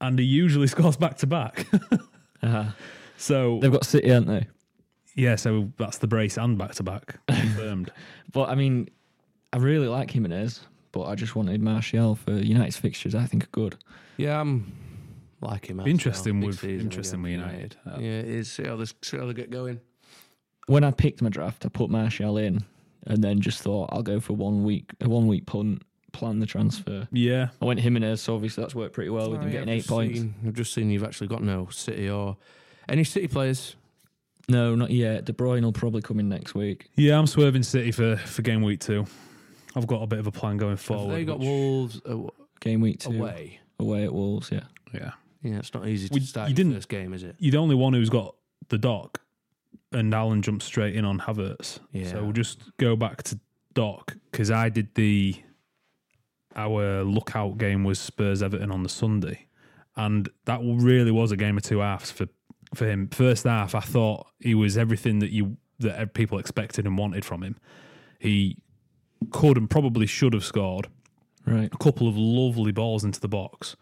Speaker 1: and he usually scores back to back.
Speaker 2: Uh,
Speaker 1: So
Speaker 2: they've got City, haven't they?
Speaker 1: yeah, so that's the brace and back to back confirmed.
Speaker 2: But I mean, I really like Jimenez, but I just wanted Martial for United's fixtures. I think are good.
Speaker 3: Yeah, I'm like him.
Speaker 1: interesting
Speaker 3: Big
Speaker 1: with
Speaker 3: season
Speaker 1: interesting with
Speaker 3: again.
Speaker 1: United.
Speaker 3: Yeah, it is. See how, this, see how they get going.
Speaker 2: When I picked my draft, I put Martial in, and then just thought I'll go for one week, a one-week punt, plan the transfer.
Speaker 1: Yeah,
Speaker 2: I went Jimenez, so obviously that's worked pretty well with him
Speaker 3: Right,
Speaker 2: getting
Speaker 3: I've
Speaker 2: eight
Speaker 3: just
Speaker 2: points.
Speaker 3: seen- I've just seen you've actually got no City or any City players.
Speaker 2: No, not yet. De Bruyne will probably come in next week.
Speaker 1: Yeah, I'm swerving City for, for game week two. I've got a bit of a plan going
Speaker 3: Have
Speaker 1: forward.
Speaker 3: they got
Speaker 1: which-
Speaker 3: Wolves aw-
Speaker 2: Game week two
Speaker 3: away.
Speaker 2: away at Wolves. Yeah,
Speaker 1: Yeah,
Speaker 3: Yeah, it's not easy to
Speaker 1: We-
Speaker 3: start
Speaker 1: you
Speaker 3: your
Speaker 1: didn't-
Speaker 3: first game, is it?
Speaker 1: you're the only one who's got the dock, and Alan jumped straight in on Havertz.
Speaker 3: Yeah.
Speaker 1: So we'll just go back to dock because I did the our lookout game was Spurs Everton on the Sunday, and that really was a game of two halves for for him. First half, I thought he was everything that you that e, people expected and wanted from him. He could and probably should have scored.
Speaker 2: right.
Speaker 1: a couple of lovely balls into the box,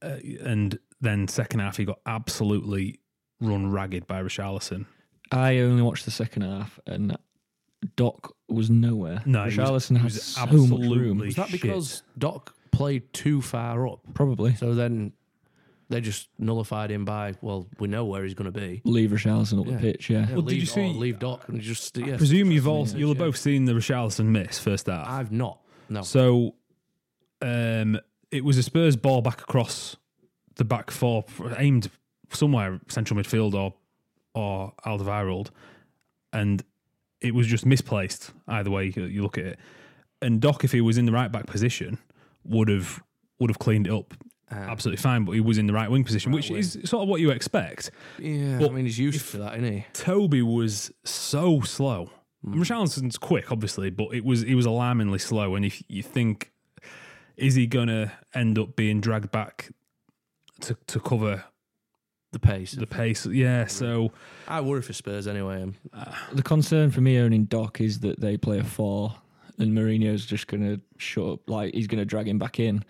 Speaker 1: uh, and then second half he got absolutely run ragged by Richarlison.
Speaker 2: I only watched the second half, and Doc was nowhere.
Speaker 1: No, he was-
Speaker 2: Richarlison
Speaker 1: he
Speaker 2: had
Speaker 1: was
Speaker 2: so much
Speaker 1: absolutely
Speaker 2: room.
Speaker 3: Is that
Speaker 1: shit.
Speaker 3: because Doc played too far up?
Speaker 2: Probably.
Speaker 3: So then They just nullified him by, well, we know where he's going to be.
Speaker 2: Leave Richarlison up
Speaker 3: Yeah.
Speaker 2: the pitch, yeah.
Speaker 3: Yeah,
Speaker 1: Well, did
Speaker 3: leave,
Speaker 1: you see-
Speaker 3: or leave Doc and just yeah.
Speaker 1: I presume you've all
Speaker 3: Yeah.
Speaker 1: you'll have both seen the Richarlison miss first half.
Speaker 3: I've not. No.
Speaker 1: So, um, it was a Spurs ball back across the back four, aimed somewhere central midfield or or Alderweireld, and it was just misplaced either way you- you look at it. And Doc, if he was in the right back position, would have would have cleaned it up absolutely fine. But he was in the right wing position, which is sort of what you expect.
Speaker 3: Yeah, I
Speaker 1: But
Speaker 3: mean he's used to that, isn't he?
Speaker 1: Toby was so slow. Richarlison's quick, obviously, but it was he was alarmingly slow. And if you think, is he gonna end up being dragged back to to cover
Speaker 3: The pace.
Speaker 1: the pace? Yeah. So
Speaker 3: I worry for Spurs anyway. um,
Speaker 2: The concern for me owning Doc is that they play a four and Mourinho's just going to shut up, like he's going to drag him back in.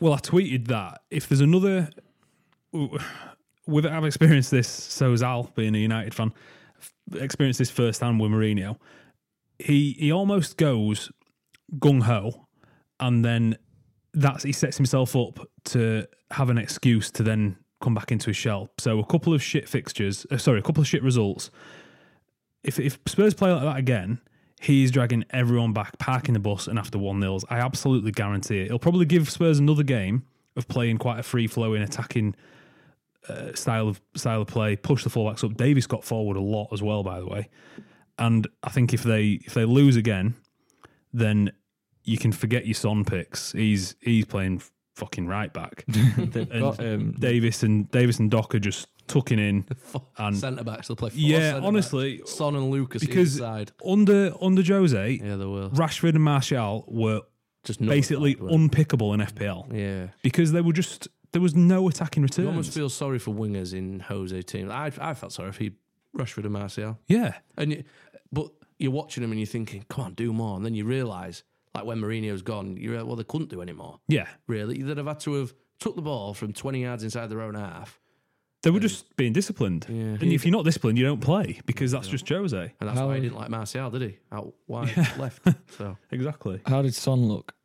Speaker 1: well, I tweeted that if there's another, with I've experienced this. So has Al being a United fan. Experienced this firsthand with Mourinho. He he almost goes gung ho, and then that's he sets himself up to have an excuse to then come back into his shell. So a couple of shit fixtures, uh, sorry, a couple of shit results. If if Spurs play like that again, he's dragging everyone back, parking the bus, and after one nils, I absolutely guarantee it. He'll probably give Spurs another game of playing quite a free flowing attacking. Uh, style of style of play, push the fullbacks up. Davies got forward a lot as well, by the way. And I think if they if they lose again, then you can forget your Son picks. He's he's playing fucking right back.
Speaker 2: They've got um,
Speaker 1: Davis and Davis and Doc are just tucking in. And-
Speaker 3: centre backs will play. Four
Speaker 1: yeah,
Speaker 3: centre-backs.
Speaker 1: honestly,
Speaker 3: Son and Lucas
Speaker 1: because
Speaker 3: inside.
Speaker 1: under under Jose,
Speaker 3: Yeah, they will.
Speaker 1: Rashford and Martial were
Speaker 3: Just not
Speaker 1: basically
Speaker 3: un-
Speaker 1: unpickable in FPL
Speaker 3: yeah.
Speaker 1: because they were just there was no attacking
Speaker 3: You almost
Speaker 1: returns.
Speaker 3: feel sorry for wingers in Jose team. I I felt sorry for Rashford and Martial.
Speaker 1: yeah,
Speaker 3: And you, but you're watching them and you're thinking, come on, do more. And then you realise, like when Mourinho's gone, you realize, well, they couldn't do anymore.
Speaker 1: yeah,
Speaker 3: Really, they'd have had to have took the ball from 20 yards inside their own half.
Speaker 1: they were just being disciplined.
Speaker 3: Yeah.
Speaker 1: And if you're not disciplined, you don't play because that's just Jose.
Speaker 3: And that's why he
Speaker 2: How-
Speaker 3: didn't like Martial, did he? Out wide left. So
Speaker 1: Exactly.
Speaker 2: how did Son look?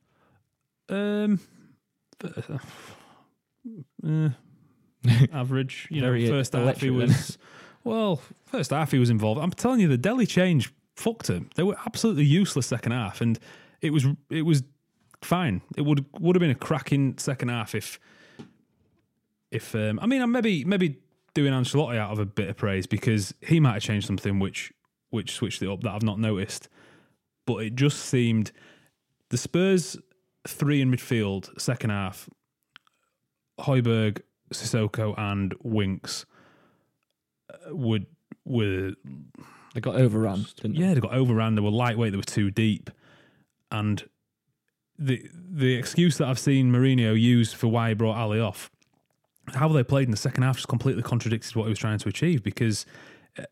Speaker 1: Um, but, uh, eh, average. You know,
Speaker 2: Very
Speaker 1: first half he
Speaker 2: electric then.
Speaker 1: was. Well, first half he was involved. I'm telling you, the Delhi change fucked him. They were absolutely useless second half, and it was it was fine. It would would have been a cracking second half if if um, I mean, I'm maybe maybe doing Ancelotti out of a bit of praise because he might have changed something which which switched it up that I've not noticed. But it just seemed the Spurs three in midfield second half. Hoiberg, Sissoko, and Winks uh, would were
Speaker 2: They got overrun, didn't they?
Speaker 1: yeah they got overran. They were lightweight. They were too deep, and the the excuse that I've seen Mourinho use for why he brought Ali off, how they played in the second half, just completely contradicted what he was trying to achieve because uh,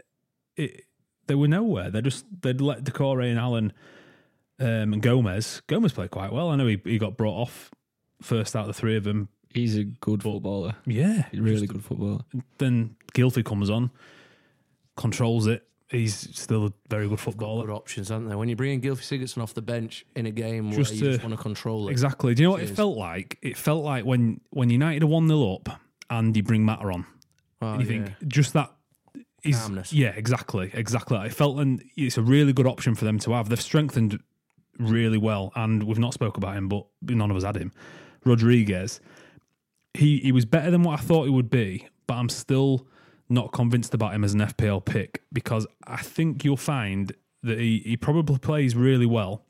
Speaker 1: it they were nowhere. They just they'd let Decore and Allen um, and Gomez. Gomez played quite well. I know he, he got brought off first out of the three of them.
Speaker 2: He's a good footballer.
Speaker 1: Yeah,
Speaker 2: He's a really good footballer.
Speaker 1: then Gilfy comes on, controls it. He's still a very good footballer.
Speaker 3: good options, aren't there? When you bring in Gilfie Sigurdsson off the bench in a game
Speaker 1: Just
Speaker 3: where you just
Speaker 1: to-
Speaker 3: want to control it.
Speaker 1: Exactly. Do you know what it felt like? It felt like when when United are one 0 up and you bring Matter on.
Speaker 3: Oh,
Speaker 1: and you think
Speaker 3: yeah.
Speaker 1: just that is
Speaker 3: Calmness.
Speaker 1: yeah, exactly, exactly. It felt and it's a really good option for them to have. They've strengthened really well, and we've not spoke about him, but none of us had him. Rodriguez, he he was better than what I thought he would be, but I'm still not convinced about him as an FPL pick because I think you'll find that he, he probably plays really well.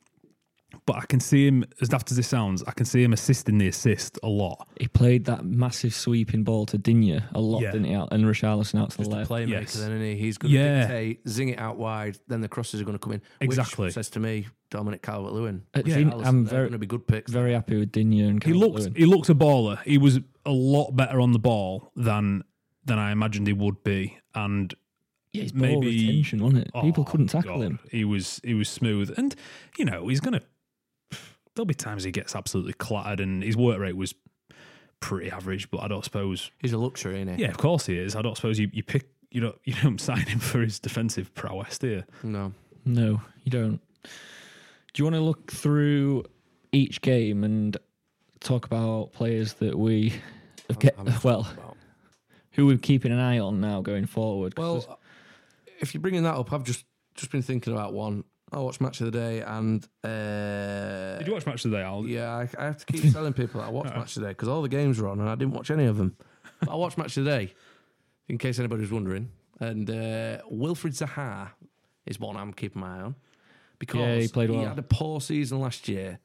Speaker 1: But I can see him, as daft as it sounds, I can see him assisting the assist a lot.
Speaker 2: He played that massive sweeping ball to Dinya a lot,
Speaker 1: Yeah.
Speaker 2: didn't he? Out and Richarlison out to the
Speaker 3: He's the
Speaker 2: left.
Speaker 3: playmaker,
Speaker 1: Yes.
Speaker 3: then, isn't he? He's going to
Speaker 1: Yeah.
Speaker 3: dictate, zing it out wide, then the crosses are going to come in.
Speaker 1: Exactly.
Speaker 3: Which says to me, Dominic Calvert Lewin.
Speaker 2: Uh, Gene- I'm very-
Speaker 3: going to be good picks.
Speaker 2: Very happy with Dinya and
Speaker 1: He looked
Speaker 2: Calvert-Lewin.
Speaker 1: he looked a baller. He was a lot better on the ball than than I imagined he would be. And
Speaker 2: Yeah, his ball
Speaker 1: maybe-
Speaker 2: retention, wasn't it? People
Speaker 1: oh,
Speaker 2: couldn't tackle
Speaker 1: God,
Speaker 2: him.
Speaker 1: He was he was smooth. And you know, he's gonna there'll be times he gets absolutely clattered and his work rate was pretty average, but I don't suppose
Speaker 3: He's a luxury, isn't he?
Speaker 1: Yeah, of course he is. I don't suppose you, you pick you don't you don't sign him for his defensive prowess, do you?
Speaker 3: No.
Speaker 2: No, you don't. Do you want to look through each game and talk about players that we have kept?
Speaker 3: I'm-
Speaker 2: Well,
Speaker 3: Well,
Speaker 2: who we're keeping an eye on now going forward. 'Cause there's-
Speaker 3: Well, if you're bringing that up, I've just just been thinking about one. I watched Match of the Day, and uh,
Speaker 1: Did you watch Match of the Day, Al?
Speaker 3: yeah, I, I have to keep telling people that I watched Match of the Day because all the games were on, and I didn't watch any of them. But I watched Match of the Day, in case anybody was wondering. And uh, Wilfred Zaha is one I'm keeping my eye on because
Speaker 2: Yeah, he played well.
Speaker 3: had a poor season last year.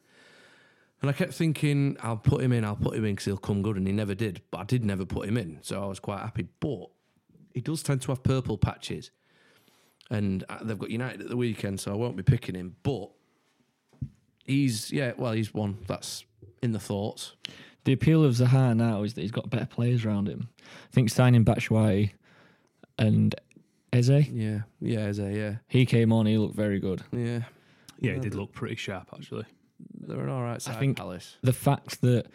Speaker 3: And I kept thinking, I'll put him in, I'll put him in because he'll come good. And he never did. But I did never put him in. So I was quite happy. But he does tend to have purple patches. And uh, they've got United at the weekend, so I won't be picking him. But he's, yeah, well, he's one that's in the thoughts.
Speaker 2: the appeal of Zaha now is that he's got better players around him. I think signing Batshuayi and Eze,
Speaker 3: Yeah, yeah, is there, yeah,
Speaker 2: he came on, he looked very good.
Speaker 3: yeah.
Speaker 1: Yeah, it did look pretty sharp, actually.
Speaker 3: They're an all right side,
Speaker 2: think-
Speaker 3: Palace.
Speaker 2: The fact that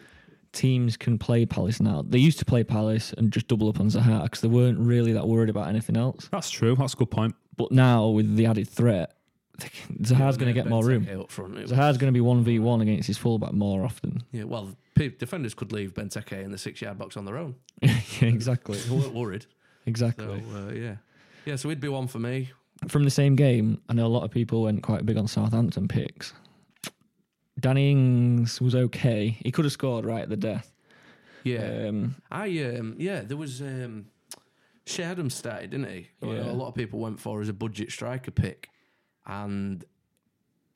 Speaker 2: teams can play Palace now, they used to play Palace and just double up on Zaha because they weren't really that worried about anything else.
Speaker 1: That's true. That's a good point.
Speaker 2: But now with the added threat, they can- Zaha's going to get more room.
Speaker 3: Benteke Up front. It was-
Speaker 2: Zaha's going to be 1v1 against his fullback more often.
Speaker 3: Yeah, well, pe- defenders could leave Benteke in the six-yard box on their own.
Speaker 2: yeah, exactly.
Speaker 3: They weren't worried. So
Speaker 2: Exactly.
Speaker 3: uh, yeah, yeah. So he'd be one for me.
Speaker 2: From the same game, I know a lot of people went quite big on Southampton picks. Danny Ings was okay. He could have scored right at the death.
Speaker 3: Yeah,
Speaker 2: Um,
Speaker 3: I um, yeah. There was um, Sherdam started, didn't he? Who
Speaker 2: Yeah.
Speaker 3: A lot of people went for as a budget striker pick, and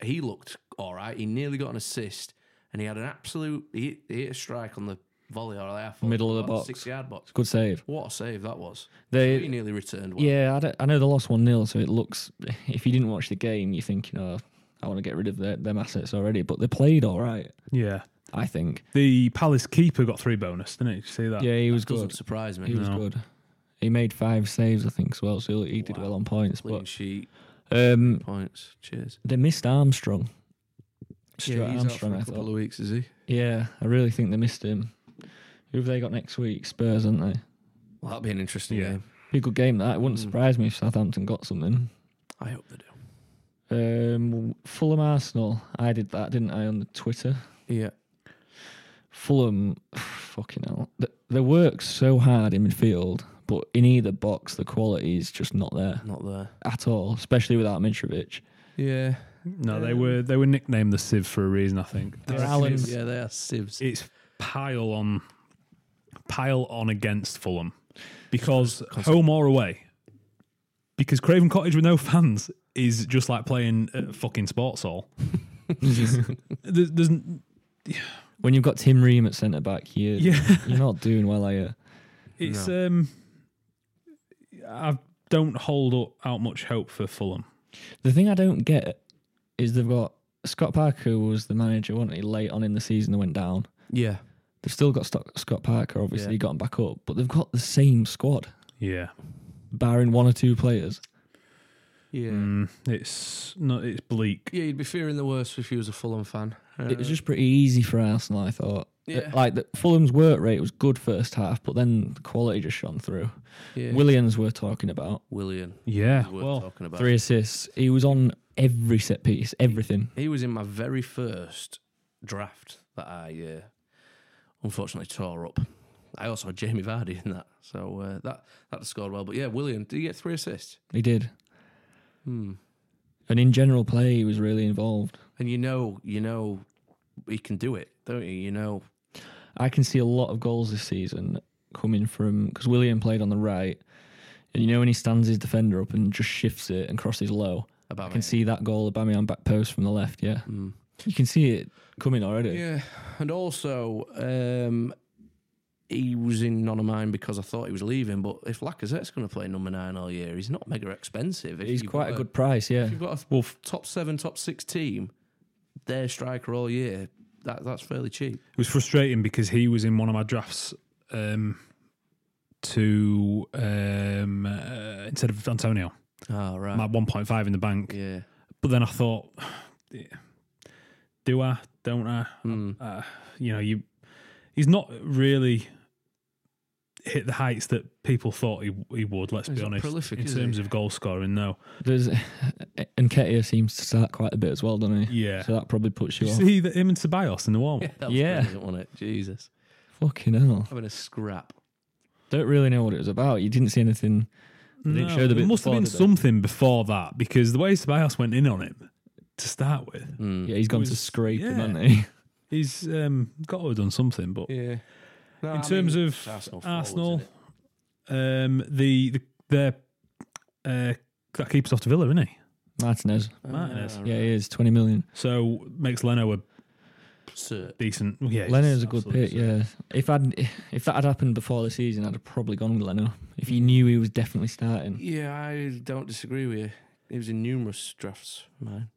Speaker 3: he looked all right. He nearly got an assist, and he had an absolute he, he hit a strike on the volley or half
Speaker 2: Middle of the box.
Speaker 3: six-yard box.
Speaker 2: good save.
Speaker 3: What a save that was! he
Speaker 2: They,
Speaker 3: nearly returned one.
Speaker 2: yeah, I, don't- I know they lost 1 0, so it looks, if you didn't watch the game, you're thinking, oh, I want to get rid of their, them assets already. But they played all right,
Speaker 1: Yeah.
Speaker 2: I think.
Speaker 1: The Palace keeper got three bonus, didn't he? Did you see that?
Speaker 2: Yeah, he was
Speaker 3: doesn't
Speaker 2: good.
Speaker 3: surprise me.
Speaker 2: He was
Speaker 1: No.
Speaker 2: good. He made five saves, I think, as well. So he did well on points.
Speaker 3: Clean
Speaker 2: But
Speaker 3: sheet
Speaker 2: um,
Speaker 3: points. Cheers.
Speaker 2: they missed Armstrong. Stuart
Speaker 3: he's out for
Speaker 2: Armstrong,
Speaker 3: a
Speaker 2: I
Speaker 3: couple
Speaker 2: thought.
Speaker 3: of weeks, is he?
Speaker 2: Yeah, I really think they missed him. Who have they got next week? Spurs, aren't they?
Speaker 3: Well, that'd be an interesting
Speaker 1: Yeah.
Speaker 3: game.
Speaker 2: Be a good game that. It wouldn't
Speaker 1: Hmm.
Speaker 3: Mm.
Speaker 2: surprise me if Southampton got something.
Speaker 3: I hope they do.
Speaker 2: Um, Fulham Arsenal. I did that, didn't I, on the Twitter?
Speaker 3: Yeah.
Speaker 2: Fulham, fucking hell. They, they work so hard in midfield, but in either box, the quality is just not there
Speaker 3: Not there.
Speaker 2: at all, especially without Mitrovic.
Speaker 3: Yeah.
Speaker 1: No, they were they were nicknamed the Civ for a reason, I think.
Speaker 2: They're Alan-
Speaker 3: Um, Yeah, they are sieves.
Speaker 1: It's pile on pile on against Fulham. Because home or away. Because Craven Cottage with no fans is just like playing at fucking sports hall. there's, there's n-
Speaker 2: When you've got Tim Ream at centre back, you
Speaker 1: yeah.
Speaker 2: you're not doing well, are you?
Speaker 1: It's um, I don't hold up out much hope for Fulham.
Speaker 2: The thing I don't get is they've got Scott Parker was the manager, wasn't he? Late on in the season, they went down.
Speaker 3: Yeah.
Speaker 2: They've still got Stock, Scott Parker, obviously,
Speaker 3: Yeah.
Speaker 2: he got him back up, but they've got the same squad,
Speaker 1: Yeah,
Speaker 2: barring one or two players.
Speaker 3: Yeah.
Speaker 1: Mm, it's not. It's bleak.
Speaker 3: Yeah, you'd be fearing the worst if you was a Fulham fan. Uh,
Speaker 2: It was just pretty easy for Arsenal, I thought.
Speaker 3: Yeah.
Speaker 2: Like the, Fulham's work rate was good first half, but then the quality just shone through.
Speaker 3: yeah.
Speaker 2: Williams, we're talking about
Speaker 3: William.
Speaker 1: Yeah,
Speaker 3: Worth
Speaker 1: well,
Speaker 3: talking about.
Speaker 2: three assists. He was on every set piece, everything.
Speaker 3: He was in my very first draft that I uh, unfortunately tore up. I also had Jamie Vardy in that, so uh, that that scored well. But yeah, William, did he get three assists?
Speaker 2: He did.
Speaker 3: Hmm.
Speaker 2: And in general play, he was really involved.
Speaker 3: And you know, you know, he can do it, don't you? You know,
Speaker 2: I can see a lot of goals this season coming from because William played on the right, and you know when he stands his defender up and just shifts it and crosses low.
Speaker 3: about
Speaker 2: I can see that goal of Bamian back post from the left. Yeah,
Speaker 3: Mm.
Speaker 2: you can see it coming already.
Speaker 3: Yeah, and also um, he was in none of mine because I thought he was leaving. But if Lacazette's going to play number nine all year, he's not mega expensive. If
Speaker 2: He's
Speaker 3: you've
Speaker 2: quite
Speaker 3: got
Speaker 2: a good price. Yeah,
Speaker 3: If you've got a top seven, top six team, their striker all year. That that's fairly cheap.
Speaker 1: it was frustrating because he was in one of my drafts. Um, to um, uh, instead of Antonio,
Speaker 3: Oh, right.
Speaker 1: my one point five in the bank.
Speaker 3: yeah.
Speaker 1: But then I thought, yeah, do I? Don't I?
Speaker 3: Hmm.
Speaker 1: uh, you know, you he's not really hit the heights that people thought he, he would. Let's
Speaker 3: He's
Speaker 1: be
Speaker 3: not
Speaker 1: honest,
Speaker 3: prolific,
Speaker 1: in
Speaker 3: is
Speaker 1: terms
Speaker 3: he?
Speaker 1: of goal scoring. No,
Speaker 2: there's and Ketia seems to start quite a bit as well, doesn't he?
Speaker 1: yeah.
Speaker 2: So that probably puts
Speaker 1: Did
Speaker 2: you
Speaker 1: you
Speaker 2: off.
Speaker 1: see that him and Ceballos in the warm?
Speaker 3: Yeah, that was
Speaker 2: Yeah.
Speaker 3: brilliant, wasn't it? Jesus,
Speaker 2: Fucking hell.
Speaker 3: having a scrap.
Speaker 2: Don't really know what it was about. You didn't see anything. They didn't show the
Speaker 1: there
Speaker 2: bit
Speaker 1: must have
Speaker 2: before,
Speaker 1: been
Speaker 2: did they?
Speaker 1: something before that because the way Ceballos went in on him to start with,
Speaker 2: Yeah, he's gone to
Speaker 1: was-
Speaker 2: scrape him,
Speaker 1: yeah.
Speaker 2: hasn't he?
Speaker 1: he's um, got to have done something. But
Speaker 3: Yeah.
Speaker 1: in terms of Arsenal, um, the, the their uh, that keeps off to Villa, isn't he?
Speaker 2: Martinez.
Speaker 3: Ah,
Speaker 1: Martinez.
Speaker 2: Yeah, he is. 20 million.
Speaker 1: So makes Leno a
Speaker 3: Cert.
Speaker 1: decent. well, Yeah, he's
Speaker 2: Leno's a good
Speaker 1: absolute
Speaker 2: pick, yeah. If I'd, if that had happened before the season, I'd have probably gone with Leno. If
Speaker 1: Mm.
Speaker 2: he knew he was definitely starting.
Speaker 3: Yeah, I don't disagree with you. He was in numerous drafts, man.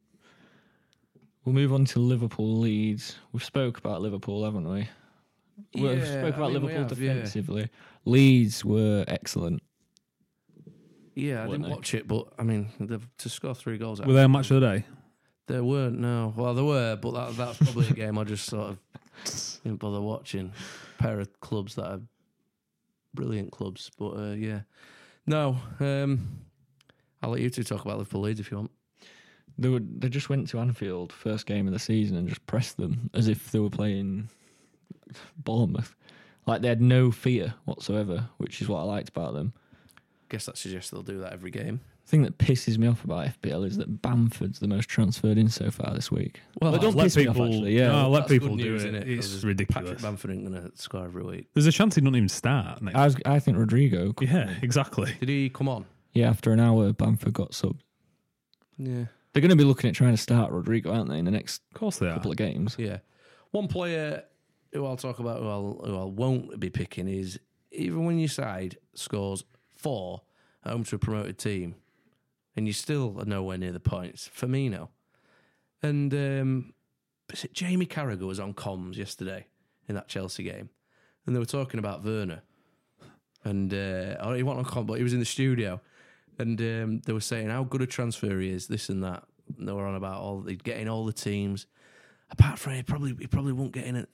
Speaker 2: We'll move on to Liverpool Leeds. We've spoke about Liverpool, haven't we? We've spoke about Liverpool defensively. Leeds were excellent.
Speaker 3: Yeah, I
Speaker 2: weren't
Speaker 3: didn't
Speaker 2: they?
Speaker 3: watch it, but I mean, the, to score three goals.
Speaker 1: Were there match of the day?
Speaker 3: There weren't. No, well, there were, but that that's probably a game I just sort of didn't bother watching. Pair of clubs that are brilliant clubs, but uh, yeah, no. Um, I'll let you two talk about Liverpool Leeds if you want.
Speaker 2: They were, they just went to Anfield first game of the season and just pressed them as if they were playing Bournemouth. Like they had no fear whatsoever, which is what I liked about them.
Speaker 3: Guess that suggests they'll do that every game.
Speaker 2: The thing that pisses me off about FPL is that Bamford's the most transferred in so far this week.
Speaker 3: Well,
Speaker 2: They don't
Speaker 1: let
Speaker 2: piss me off,
Speaker 1: people.
Speaker 2: actually, yeah.
Speaker 1: no, let
Speaker 3: that's good
Speaker 1: people do
Speaker 3: news,
Speaker 1: it.
Speaker 3: innit? 'Cause
Speaker 1: It's
Speaker 3: Patrick
Speaker 1: ridiculous.
Speaker 3: Bamford ain't gonna score every week.
Speaker 1: There's a chance he doesn't even start. Next.
Speaker 3: Ah.
Speaker 2: I, was, I think Rodrigo. could-
Speaker 1: yeah, exactly.
Speaker 3: Did he come on?
Speaker 2: Yeah, after an hour, Bamford got subbed.
Speaker 3: Yeah,
Speaker 2: They're going to be looking at trying to start Rodrigo, aren't they, in the next
Speaker 1: Of course they are.
Speaker 2: couple of games?
Speaker 3: yeah. One player who I'll talk about who I'll who I won't be picking is even when your side scores four at home to a promoted team, and you still are nowhere near the points. Firmino, and um, is it Jamie Carragher was on comms yesterday in that Chelsea game, and they were talking about Werner, and uh, oh, he wasn't on comms, but he was in the studio, and um, they were saying how good a transfer he is, this and that. And they were on about all he'd get in all the teams. Apart from he probably he probably won't get in at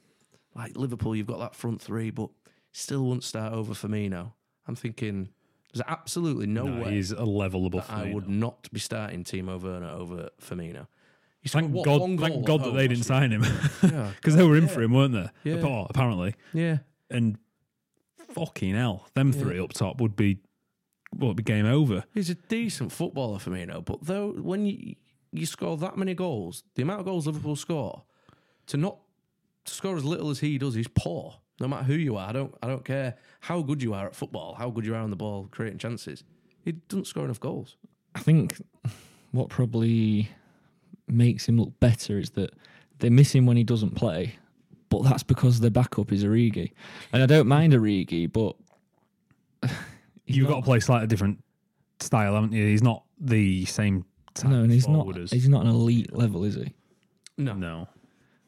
Speaker 3: like Liverpool. You've got that front three, but still won't start over Firmino. I'm thinking there's absolutely no,
Speaker 1: No,
Speaker 3: way
Speaker 1: he's a level above.
Speaker 3: that I
Speaker 1: Firmino.
Speaker 3: would not be starting Timo Werner over Firmino. He's
Speaker 1: Thank
Speaker 3: got, what, one
Speaker 1: God,
Speaker 3: goal
Speaker 1: thank
Speaker 3: at
Speaker 1: God that
Speaker 3: home
Speaker 1: they didn't
Speaker 3: last
Speaker 1: sign him
Speaker 3: year?
Speaker 1: because they were in for him, weren't they?
Speaker 3: Yeah.
Speaker 1: Appa- Apparently,
Speaker 3: yeah.
Speaker 1: and fucking hell, them three up top would be well, it'd be game over.
Speaker 3: He's a decent footballer, Firmino, but though when you you score that many goals, the amount of goals Liverpool score, to not to score as little as he does is poor. No matter who you are, I don't I don't care how good you are at football, how good you are on the ball, creating chances. He doesn't score enough goals.
Speaker 2: I think what probably makes him look better is that they miss him when he doesn't play, but that's because their backup is Origi. And I don't mind Origi, but he's
Speaker 1: You've
Speaker 2: not-
Speaker 1: got to play slightly different style, haven't you? He's not the same. Type
Speaker 2: no, and he's not
Speaker 1: forward as-
Speaker 2: he's not an elite level, is he?
Speaker 3: No.
Speaker 1: No,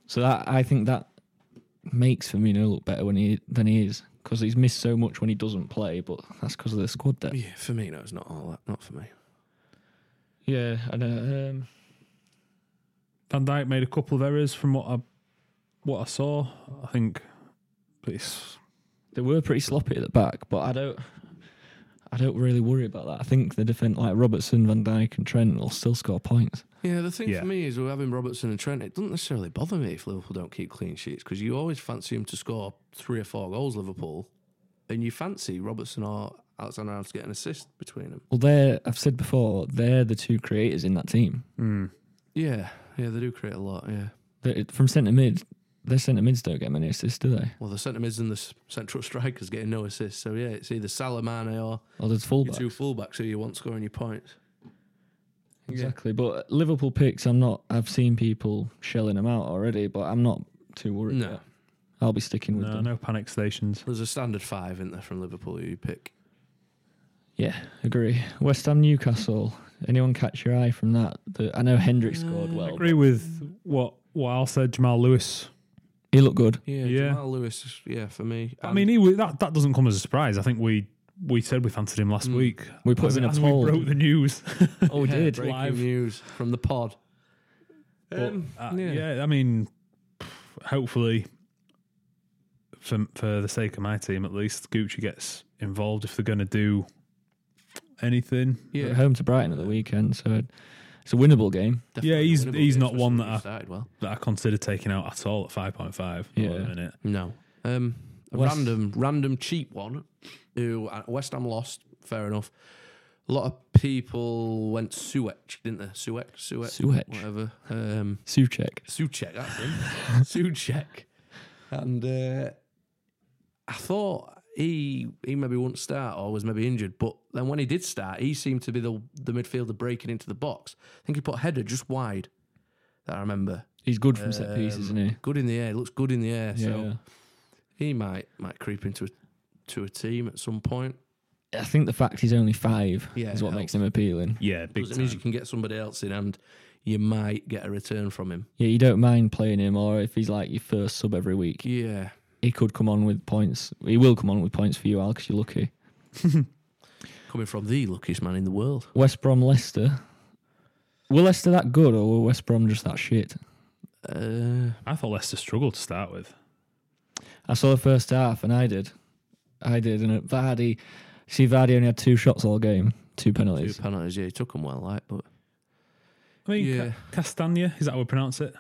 Speaker 2: So that I think that makes Firmino look better when he than he is because he's missed so much when he doesn't play, but that's because of the squad depth.
Speaker 3: Yeah, Firmino's not all that. Not for me.
Speaker 2: Yeah, and uh, um,
Speaker 1: Van Dijk made a couple of errors from what I what I saw. I think, but it's
Speaker 2: They were pretty sloppy at the back, but I don't I don't really worry about that. I think the defence like Robertson, Van Dijk and Trent will still score points.
Speaker 3: Yeah, the thing
Speaker 1: Yeah.
Speaker 3: for me is we're having Robertson and Trent. It doesn't necessarily bother me if Liverpool don't keep clean sheets because you always fancy him to score three or four goals, Liverpool, and you fancy Robertson or Alexander Arnold to get an assist between them.
Speaker 2: Well they're I've said before, they're the two creators in that team.
Speaker 3: Yeah, yeah, they do create a lot. Yeah.
Speaker 2: They're, from centre mid, their centre mids don't get many assists, do they?
Speaker 3: Well, the centre mids and the s- central strikers getting no assists. So yeah, it's either Salah, Mane or
Speaker 2: Or there's
Speaker 3: your
Speaker 2: fullbacks.
Speaker 3: two fullbacks who you want scoring your points.
Speaker 2: Exactly. But Liverpool picks I'm not I've seen people shelling them out already, but I'm not too worried.
Speaker 3: No.
Speaker 2: yet. I'll be sticking with
Speaker 1: no,
Speaker 2: them.
Speaker 1: no panic stations.
Speaker 3: There's a standard five in there from Liverpool who you pick.
Speaker 2: Yeah, agree. West Ham Newcastle. Anyone catch your eye from that? The, I know Hendrick scored well.
Speaker 1: Uh, agree with what what Al said, Jamal Lewis.
Speaker 2: but He looked good.
Speaker 3: Yeah,
Speaker 1: Yeah.
Speaker 3: Jamal Lewis. Yeah, for me.
Speaker 1: I mean, he was, that that doesn't come as a surprise. I think we we said we fancied him last week.
Speaker 2: Hmm. We put
Speaker 1: as,
Speaker 2: him in a
Speaker 1: as
Speaker 2: poll.
Speaker 1: We broke the news.
Speaker 2: Oh, we
Speaker 3: yeah,
Speaker 2: did.
Speaker 3: breaking news from the pod. Um,
Speaker 1: Uh, yeah. I mean, hopefully, for for the sake of my team at least, Gucci gets involved if they're going to do anything.
Speaker 2: We're
Speaker 3: yeah.
Speaker 2: at home to Brighton at the weekend, so it's a winnable game.
Speaker 1: Yeah, he's- he's not one that I-
Speaker 3: started well.
Speaker 1: That I consider taking out at all at five point five.
Speaker 2: Yeah.
Speaker 1: at the minute.
Speaker 3: No. Um, a
Speaker 2: West-
Speaker 3: random, random cheap one. Who uh, West Ham lost? Fair enough. A lot of people went Suech, didn't they? Suech, Suech,
Speaker 2: Suchek.
Speaker 3: whatever. Um,
Speaker 2: Suchek.
Speaker 3: Suchek, that's him. Suchek. And uh, I thought he he maybe wouldn't start or was maybe injured, but then when he did start, he seemed to be the the midfielder breaking into the box. I think he put a header just wide. That I remember.
Speaker 2: He's good from set pieces, isn't he?
Speaker 3: Good in the air. Looks good in the air.
Speaker 2: Yeah.
Speaker 3: Um, So he might might creep into a, to a team at some point.
Speaker 2: I think the fact he's only five
Speaker 3: Yeah,
Speaker 2: is what
Speaker 3: helps.
Speaker 2: makes him appealing.
Speaker 1: Yeah, big
Speaker 3: It means you
Speaker 1: time.
Speaker 3: can get somebody else in, and you might get a return from him.
Speaker 2: Yeah, you don't mind playing him, or if he's like your first sub every week,
Speaker 3: Yeah.
Speaker 2: he could come on with points. He will come on with points for you, Al, because you're lucky.
Speaker 3: Coming from the luckiest man in the world.
Speaker 2: West Brom, Leicester. Were Leicester that good, or were West Brom just that shit?
Speaker 3: Uh,
Speaker 1: I thought Leicester struggled to start with.
Speaker 2: I saw the first half, and I did, I did, and Vardy. See, Vardy only had two shots all game, two
Speaker 3: Two
Speaker 2: penalties.
Speaker 3: penalties, yeah, he took them well, like, but
Speaker 1: I mean,
Speaker 3: Yeah.
Speaker 1: Ca- Castagna, is that how we pronounce it?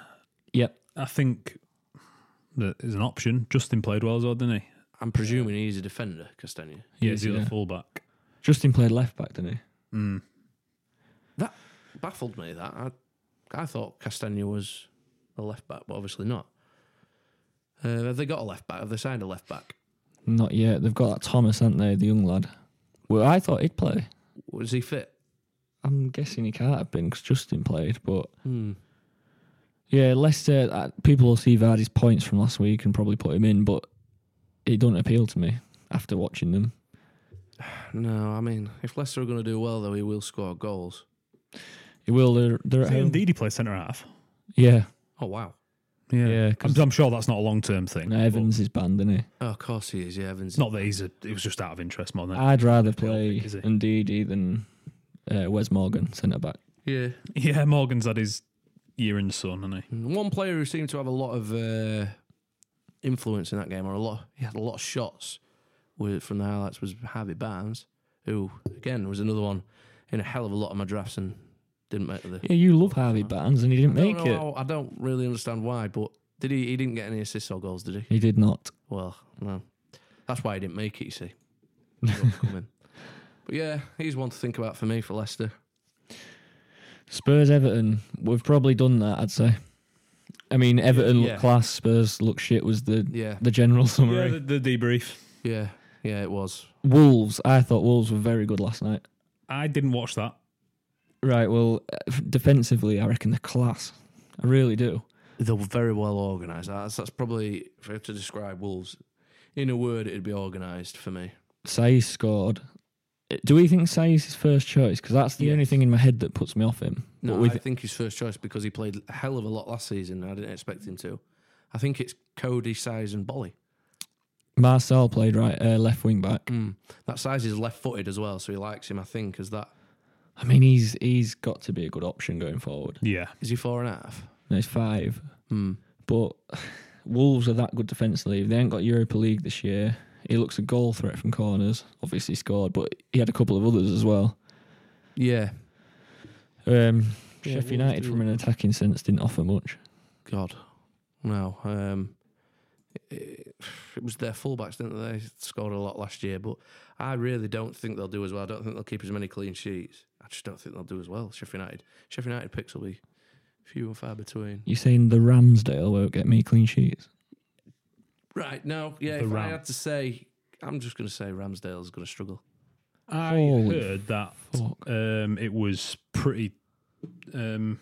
Speaker 2: Yep.
Speaker 1: I think that is an option. Justin played well as well, didn't he?
Speaker 3: I'm presuming he's a defender, Castagna.
Speaker 1: Yeah,
Speaker 2: Yes,
Speaker 1: he's the other
Speaker 2: yeah.
Speaker 1: fullback.
Speaker 2: Justin played left back, didn't he?
Speaker 1: Mm.
Speaker 3: That baffled me. That I, I thought Castagna was a left back, but obviously not. Uh, have they got a left back? Have they signed a left back?
Speaker 2: Not yet. They've got that Thomas, haven't they? The young lad. Well, I thought he'd play.
Speaker 3: Was he fit?
Speaker 2: I'm guessing he can't have been because Justin played, but
Speaker 3: Hmm.
Speaker 2: yeah, Leicester. Uh, people will see Vardy's points from last week and probably put him in, but it doesn't appeal to me after watching them.
Speaker 3: No, I mean, if Leicester are going to do well, though, he will score goals.
Speaker 2: It will. They're, they're at
Speaker 1: Say
Speaker 2: home.
Speaker 1: Ndidi plays centre half.
Speaker 2: Yeah,
Speaker 3: Oh wow!
Speaker 2: Yeah, 'cause-
Speaker 1: I'm, I'm sure that's not a long term thing.
Speaker 2: No, Evans is banned, isn't he?
Speaker 3: Oh, of course he is. Yeah, Evans.
Speaker 1: It's not that he's a. It was just out of interest more than.
Speaker 2: I'd rather
Speaker 1: penalty,
Speaker 2: play
Speaker 1: is he?
Speaker 2: Ndidi than uh, Wes Morgan centre back.
Speaker 3: Yeah,
Speaker 1: yeah, Morgan's had his year in the sun, hasn't he?
Speaker 3: one player who seemed to have a lot of uh, influence in that game, or a lot, he had a lot of shots with, from the highlights, was Harvey Barnes, who again was another one in a hell of a lot of my drafts and didn't make the.
Speaker 2: Yeah, you love Harvey Barnes, and he didn't
Speaker 3: I don't
Speaker 2: make
Speaker 3: know
Speaker 2: it.
Speaker 3: how- I don't really understand why, but did he? He didn't get any assists or goals, did he?
Speaker 2: He did not.
Speaker 3: Well, no, that's why he didn't make it. You see, He won't come in. but yeah, he's one to think about for me for Leicester.
Speaker 2: Spurs Everton, we've probably done that. I'd say. I mean, Everton
Speaker 3: Yeah.
Speaker 2: look class. Spurs look shit. Was the
Speaker 3: Yeah,
Speaker 2: the general summary.
Speaker 1: Yeah, the, the debrief.
Speaker 3: yeah, yeah. It was.
Speaker 2: Wolves. I thought Wolves were very good last night.
Speaker 1: I didn't watch that.
Speaker 2: Right. Well, uh, defensively, I reckon the class. I really do.
Speaker 3: They're very well organised. That's, that's probably if I had to describe Wolves in a word, it'd be organised for me.
Speaker 2: Saez scored. Do we think Saez is his first choice? Because that's the
Speaker 3: Yes.
Speaker 2: only thing in my head that puts me off him.
Speaker 3: No,
Speaker 2: But we
Speaker 3: I think his first choice because he played a hell of a lot last season. and I didn't expect him to. I think it's Cody, Size, and Bolly.
Speaker 2: Marcel played right uh, left wing back.
Speaker 3: Mm. That Size is left-footed as well, so he likes him. I think as that
Speaker 2: I mean, he's he's got to be a good option going forward.
Speaker 1: Yeah,
Speaker 3: is he four and a half.
Speaker 2: No, he's five,
Speaker 3: Mm.
Speaker 2: but Wolves are that good defensively. They ain't got Europa League this year. He looks a goal threat from corners. Obviously scored, but he had a couple of others as well.
Speaker 3: Yeah,
Speaker 2: Um,
Speaker 3: Yeah, Wolves
Speaker 2: Sheffield United,
Speaker 3: do
Speaker 2: from an attacking sense, didn't offer much.
Speaker 3: God, no. Um, it, it was their fullbacks, didn't they? They scored a lot last year, but I really don't think they'll do as well. I don't think they'll keep as many clean sheets. I just don't think they'll do as well. Sheffield United, Sheffield United picks will be few and far between.
Speaker 2: You saying the Ramsdale won't get me clean sheets?
Speaker 3: Right now, yeah.
Speaker 1: The
Speaker 3: If I
Speaker 1: Ram.
Speaker 3: had to say, I'm just going to say Ramsdale's going to struggle.
Speaker 1: I
Speaker 2: Holy
Speaker 1: heard that
Speaker 2: fuck.
Speaker 1: um, it was pretty. Um,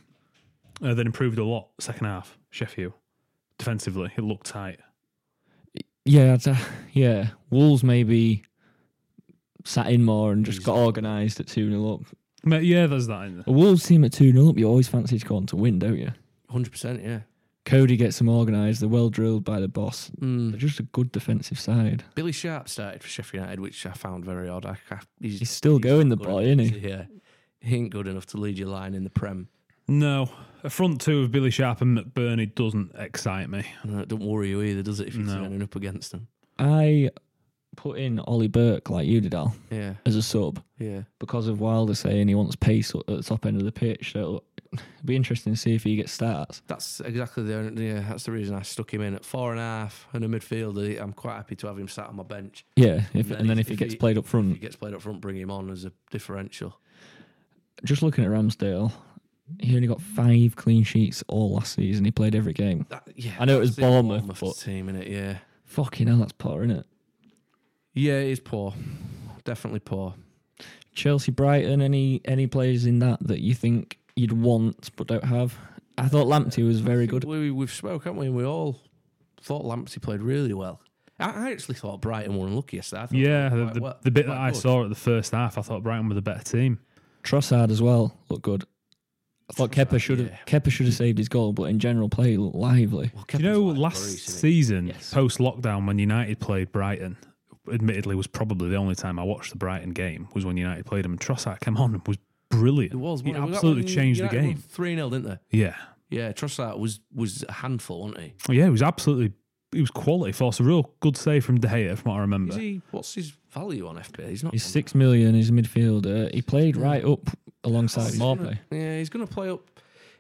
Speaker 1: uh, they improved a lot second half. Sheffield defensively, it looked tight.
Speaker 2: Yeah, I'd, say- yeah. Wolves maybe sat in more and just got organised at two 0 up.
Speaker 1: Ma- Yeah, there's that in there.
Speaker 2: A Wolves team at two 0 up, you always fancy scoring to win, don't you?
Speaker 3: 100, percent yeah.
Speaker 2: Cody gets them organised. They're well drilled by the boss. They're
Speaker 3: Mm.
Speaker 2: just a good defensive side.
Speaker 3: Billy Sharp started for Sheffield United, which I found very odd. I, I, he's,
Speaker 2: He's still going, the
Speaker 3: good
Speaker 2: boy,
Speaker 3: enough
Speaker 2: isn't he?
Speaker 3: to- Yeah, he ain't good enough to lead your line in the Prem.
Speaker 1: No, a front two of Billy Sharp and McBurney doesn't excite me.
Speaker 3: And that don't worry you either, does it? If you're
Speaker 1: No.
Speaker 3: turning up against them.
Speaker 2: I put in Ollie Burke, like you did, Al,
Speaker 3: Yeah,
Speaker 2: as a sub
Speaker 3: yeah.
Speaker 2: because of Wilder saying he wants pace at the top end of the pitch. So it'd be interesting to see if he gets starts.
Speaker 3: That's exactly the yeah. That's the reason I stuck him in at four and a half and a midfielder. I'm quite happy to have him sat on my bench.
Speaker 2: Yeah, if, and
Speaker 3: then
Speaker 2: then,
Speaker 3: if-
Speaker 2: if, he
Speaker 3: if
Speaker 2: gets
Speaker 3: he-
Speaker 2: played up
Speaker 3: If he
Speaker 2: front,
Speaker 3: gets played up front, bring him on as a differential.
Speaker 2: just looking at Ramsdale, he only got five clean sheets all last season. He played every game.
Speaker 3: That, yeah,
Speaker 2: I know it was
Speaker 3: that's the
Speaker 2: Bournemouth, but-
Speaker 3: team in it. Yeah,
Speaker 2: Fucking hell, that's poor, isn't it?
Speaker 3: yeah, it is poor. Definitely poor.
Speaker 2: Chelsea, Brighton, any any players in that that you think you'd want but don't have? I thought Lamptey was very good.
Speaker 3: We, we've spoke, haven't we? And we all thought Lamptey played really well. I, I actually thought Brighton were unlucky yesterday. I thought
Speaker 1: Yeah,
Speaker 3: they were
Speaker 1: the,
Speaker 3: quite
Speaker 1: the,
Speaker 3: well-
Speaker 1: the bit
Speaker 3: quite
Speaker 1: that I
Speaker 3: good.
Speaker 1: saw at the first half, I thought Brighton were the better team.
Speaker 2: Trossard as well looked good. I thought Kepper should have
Speaker 3: yeah.
Speaker 2: Kepper should have saved his goal, but in general, play looked lively.
Speaker 3: Well,
Speaker 1: Do you
Speaker 3: Kepa's
Speaker 1: know,
Speaker 3: like
Speaker 1: last
Speaker 3: Lloris, isn't he?
Speaker 1: season,
Speaker 2: Yes.
Speaker 1: post lockdown, when United played Brighton, admittedly was probably the only time I watched the Brighton game was when United played them. Trossard came on and was brilliant.
Speaker 3: It was.
Speaker 1: He
Speaker 3: wasn't it? Was that
Speaker 1: absolutely
Speaker 3: when
Speaker 1: changed the
Speaker 3: United
Speaker 1: game.
Speaker 3: Three 0 didn't they?
Speaker 1: Yeah,
Speaker 3: Yeah, Trossard was was a handful, wasn't he?
Speaker 1: yeah, he was absolutely. He was quality for us. A real good save from De Gea, from what I
Speaker 3: Is
Speaker 1: remember.
Speaker 3: he? What's his value on FPL? He's not.
Speaker 2: He's six million. He's a midfielder. He played right up alongside
Speaker 3: he's
Speaker 2: Morpay.
Speaker 3: gonna, yeah, he's going to play up.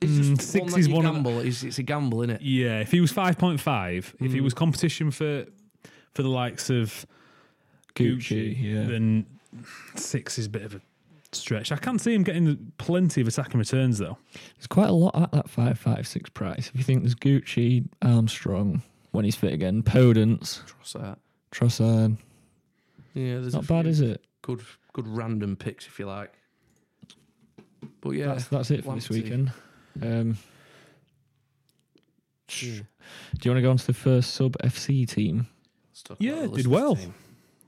Speaker 3: It's
Speaker 1: Mm,
Speaker 3: just one
Speaker 1: six
Speaker 3: that
Speaker 1: is
Speaker 3: you
Speaker 1: one of the-
Speaker 3: gamble. It's, it's a gamble, isn't it?
Speaker 1: Yeah, if he was five point five, if he
Speaker 3: Hmm.
Speaker 1: was competition for for the likes of
Speaker 2: Gucci, yeah.
Speaker 1: then six is a bit of a stretch. I can see him getting plenty of attacking returns though.
Speaker 2: There's quite a lot at that five five six price. If you think there's Gucci, Armstrong when he's fit again, Podence,
Speaker 3: Trossard.
Speaker 2: Trossard,
Speaker 3: Yeah, there's
Speaker 2: not bad, is it?
Speaker 3: Good, good random picks if you like. But yeah,
Speaker 2: That's that's it for this
Speaker 3: Lamptey.
Speaker 2: weekend. Um,
Speaker 3: Yeah.
Speaker 2: do you want to go on to the first sub FC team?
Speaker 3: Let's talk
Speaker 1: Yeah,
Speaker 3: about the
Speaker 1: did
Speaker 3: Lister's
Speaker 1: well.
Speaker 3: team.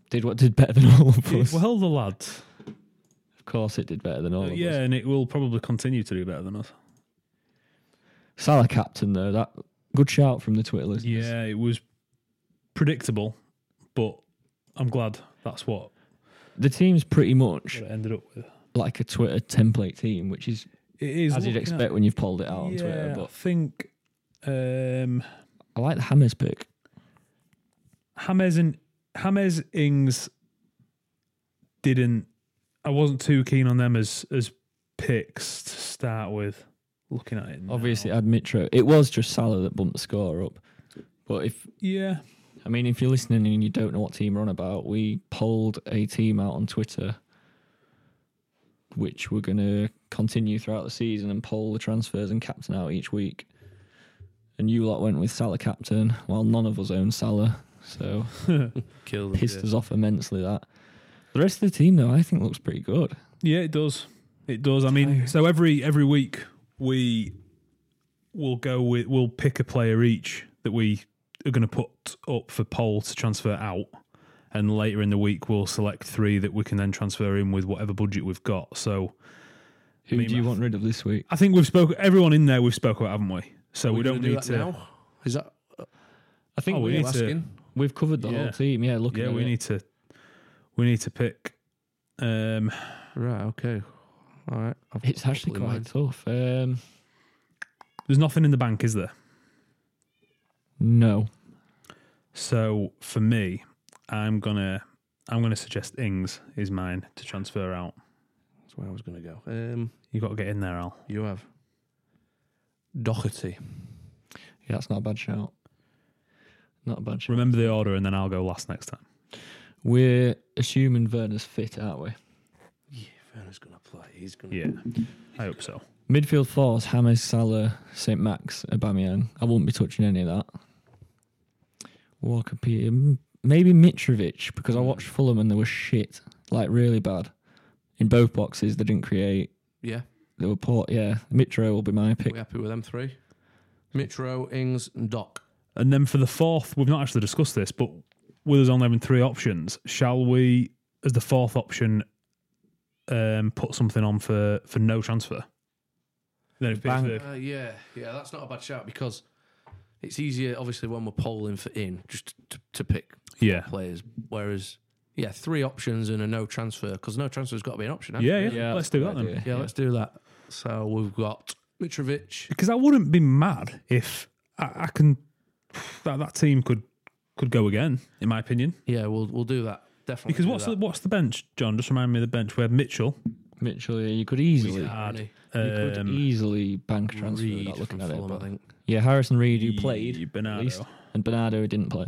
Speaker 2: Did what did better than all of
Speaker 1: Did
Speaker 2: us?
Speaker 1: well, the lads.
Speaker 2: of course, it did better than all of
Speaker 1: yeah,
Speaker 2: us.
Speaker 1: and it will probably continue to do better than us.
Speaker 2: Salah captain though. That good shout from the Twitter listeners.
Speaker 1: Yeah, it was predictable, but I'm glad that's what
Speaker 2: the team's pretty much
Speaker 1: it ended up with.
Speaker 2: like a Twitter template team, which is
Speaker 1: It is
Speaker 2: as you'd
Speaker 1: looking
Speaker 2: expect
Speaker 1: at-
Speaker 2: when you've pulled it out on
Speaker 1: yeah,
Speaker 2: Twitter. But
Speaker 1: I think um,
Speaker 2: I like the Hammers pick.
Speaker 1: James and James Ings didn't. I wasn't too keen on them as as picks to start with. Looking at it, now.
Speaker 2: Obviously, it had Mitro. It was just Salah that bumped the score up. But if
Speaker 1: yeah,
Speaker 2: I mean, if you're listening and you don't know what team we're on about, we polled a team out on Twitter, which we're going to continue throughout the season and poll the transfers and captain out each week. And you lot went with Salah captain, while none of us own Salah, so
Speaker 3: Kill them.
Speaker 2: pissed
Speaker 3: yeah.
Speaker 2: us off immensely. That the rest of the team though, I think looks pretty good.
Speaker 1: yeah, it does. It does. I mean, so every every week we will go with we'll pick a player each that we are going to put up for poll to transfer out, and later in the week we'll select three that we can then transfer in with whatever budget we've got. So
Speaker 2: Who
Speaker 1: Me,
Speaker 2: do you
Speaker 1: Matt.
Speaker 2: want rid of this week?
Speaker 1: I think we've spoke everyone in there we've spoke about, haven't we? So
Speaker 3: We're
Speaker 1: we
Speaker 3: gonna
Speaker 1: don't
Speaker 3: do
Speaker 1: need
Speaker 3: that
Speaker 1: to.
Speaker 3: Now? Is that uh,
Speaker 2: I think
Speaker 1: Oh, we
Speaker 2: we
Speaker 1: need
Speaker 3: you
Speaker 1: to-
Speaker 3: asking?
Speaker 2: we've covered the
Speaker 1: Yeah.
Speaker 2: whole team. Yeah, looking
Speaker 1: Yeah,
Speaker 2: at
Speaker 1: we
Speaker 2: it.
Speaker 1: need to we need to pick um
Speaker 3: Right. Okay. All right. I've got
Speaker 2: It's
Speaker 3: a
Speaker 2: actually
Speaker 3: couple in
Speaker 2: quite tough. Um,
Speaker 1: there's nothing in the bank, is there?
Speaker 2: no,
Speaker 1: So for me, I'm gonna I'm gonna suggest Ings is mine to transfer out.
Speaker 3: mind. That's where I was going to go. Um,
Speaker 1: You gotta get in there, Al.
Speaker 3: you have Doherty.
Speaker 2: yeah, that's not a bad shout. Not a bad shout.
Speaker 1: Remember the order and then I'll go last next time.
Speaker 2: We're assuming Werner's fit, aren't we?
Speaker 3: Yeah, Werner's going to play. He's going to.
Speaker 1: Yeah. I hope so.
Speaker 2: Midfield fours: James, Salah, Saint Max, Aubameyang. I won't be touching any of that. Walker, Peter, m- maybe Mitrovic because I
Speaker 3: Hmm.
Speaker 2: watched Fulham and they were shit, like really bad. In both boxes, they didn't create.
Speaker 3: Yeah.
Speaker 2: They were poor. Yeah, Mitro will be my pick.
Speaker 3: We happy with them three? Mitro, Ings, and Doc.
Speaker 1: And then for the fourth, we've not actually discussed this, but with us only having three options, shall we as the fourth option um put something on for for no transfer? Then it'd be
Speaker 2: Bang.
Speaker 1: for-
Speaker 3: Uh, yeah, yeah, that's not a bad shout because it's easier, obviously, when we're polling for in just to, to pick
Speaker 1: Yeah.
Speaker 3: players. Whereas, yeah, three options and a no transfer because no transfer's got to be an option. hasn't
Speaker 1: Yeah, yeah.
Speaker 3: it?
Speaker 1: Let's
Speaker 2: that's
Speaker 1: do
Speaker 2: a
Speaker 1: that
Speaker 2: good
Speaker 1: then.
Speaker 2: idea.
Speaker 3: yeah, Let's do that. So we've got Mitrovic.
Speaker 1: because I wouldn't be mad if I, I can that that team could could go again, in my opinion.
Speaker 3: Yeah, we'll we'll do that definitely.
Speaker 1: Because
Speaker 3: do
Speaker 1: what's
Speaker 3: that.
Speaker 1: the what's the bench, John? Just remind me of the bench. We had Mitchell,
Speaker 2: Mitchell. Yeah, you could
Speaker 3: He's
Speaker 2: easily,
Speaker 3: hard.
Speaker 2: you could
Speaker 1: Um,
Speaker 2: easily bank a transfer
Speaker 3: Reed
Speaker 2: without looking at
Speaker 3: from
Speaker 2: it.
Speaker 3: Fulham, I
Speaker 2: but-
Speaker 3: think.
Speaker 2: yeah, Harrison Reed who played
Speaker 1: Ye- Bernardo.
Speaker 2: at least, and Bernardo who didn't play.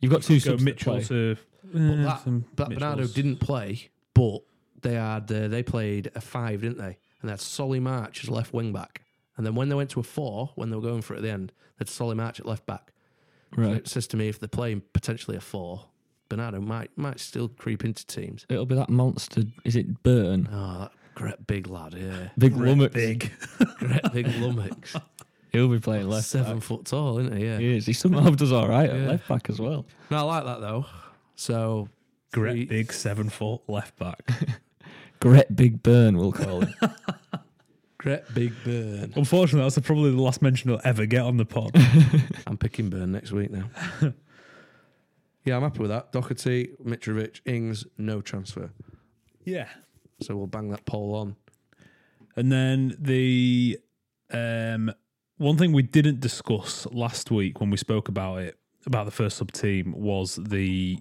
Speaker 2: You've got two
Speaker 1: Go
Speaker 2: subs that
Speaker 1: Mitchell
Speaker 2: play.
Speaker 1: to.
Speaker 3: But
Speaker 1: eh,
Speaker 3: that,
Speaker 1: some
Speaker 3: but Bernardo
Speaker 1: Mitchells.
Speaker 3: didn't play, but they had uh, they played a five, didn't they? And they had Solly March as left wing back. And then when they went to a four, when they were going for it at the end, they had Solly March at left back. So
Speaker 2: Right,
Speaker 3: it says to me if they're playing potentially a four, Bernardo might might still creep into teams.
Speaker 2: it'll be that monster. Is it Burn?
Speaker 3: Oh, that great big lad, yeah.
Speaker 2: Big Lummox.
Speaker 1: Big.
Speaker 3: Great big lummox.
Speaker 2: He'll be playing left.
Speaker 3: Seven foot tall, isn't he? Yeah.
Speaker 2: He is. He somehow does all right at
Speaker 3: Yeah.
Speaker 2: left back as well.
Speaker 3: No, I like that though. So three-
Speaker 1: Great big seven foot left back.
Speaker 2: Gret Big Burn, we'll call him.
Speaker 3: Great big burn.
Speaker 1: Unfortunately, that's probably the last mention he'll ever get on the pod.
Speaker 3: I'm picking Burn next week now. yeah, I'm happy with that. Doherty, Mitrovic, Ings, no transfer.
Speaker 1: yeah.
Speaker 3: So we'll bang that poll on.
Speaker 1: And then the um, one thing we didn't discuss last week when we spoke about it about the first sub team was the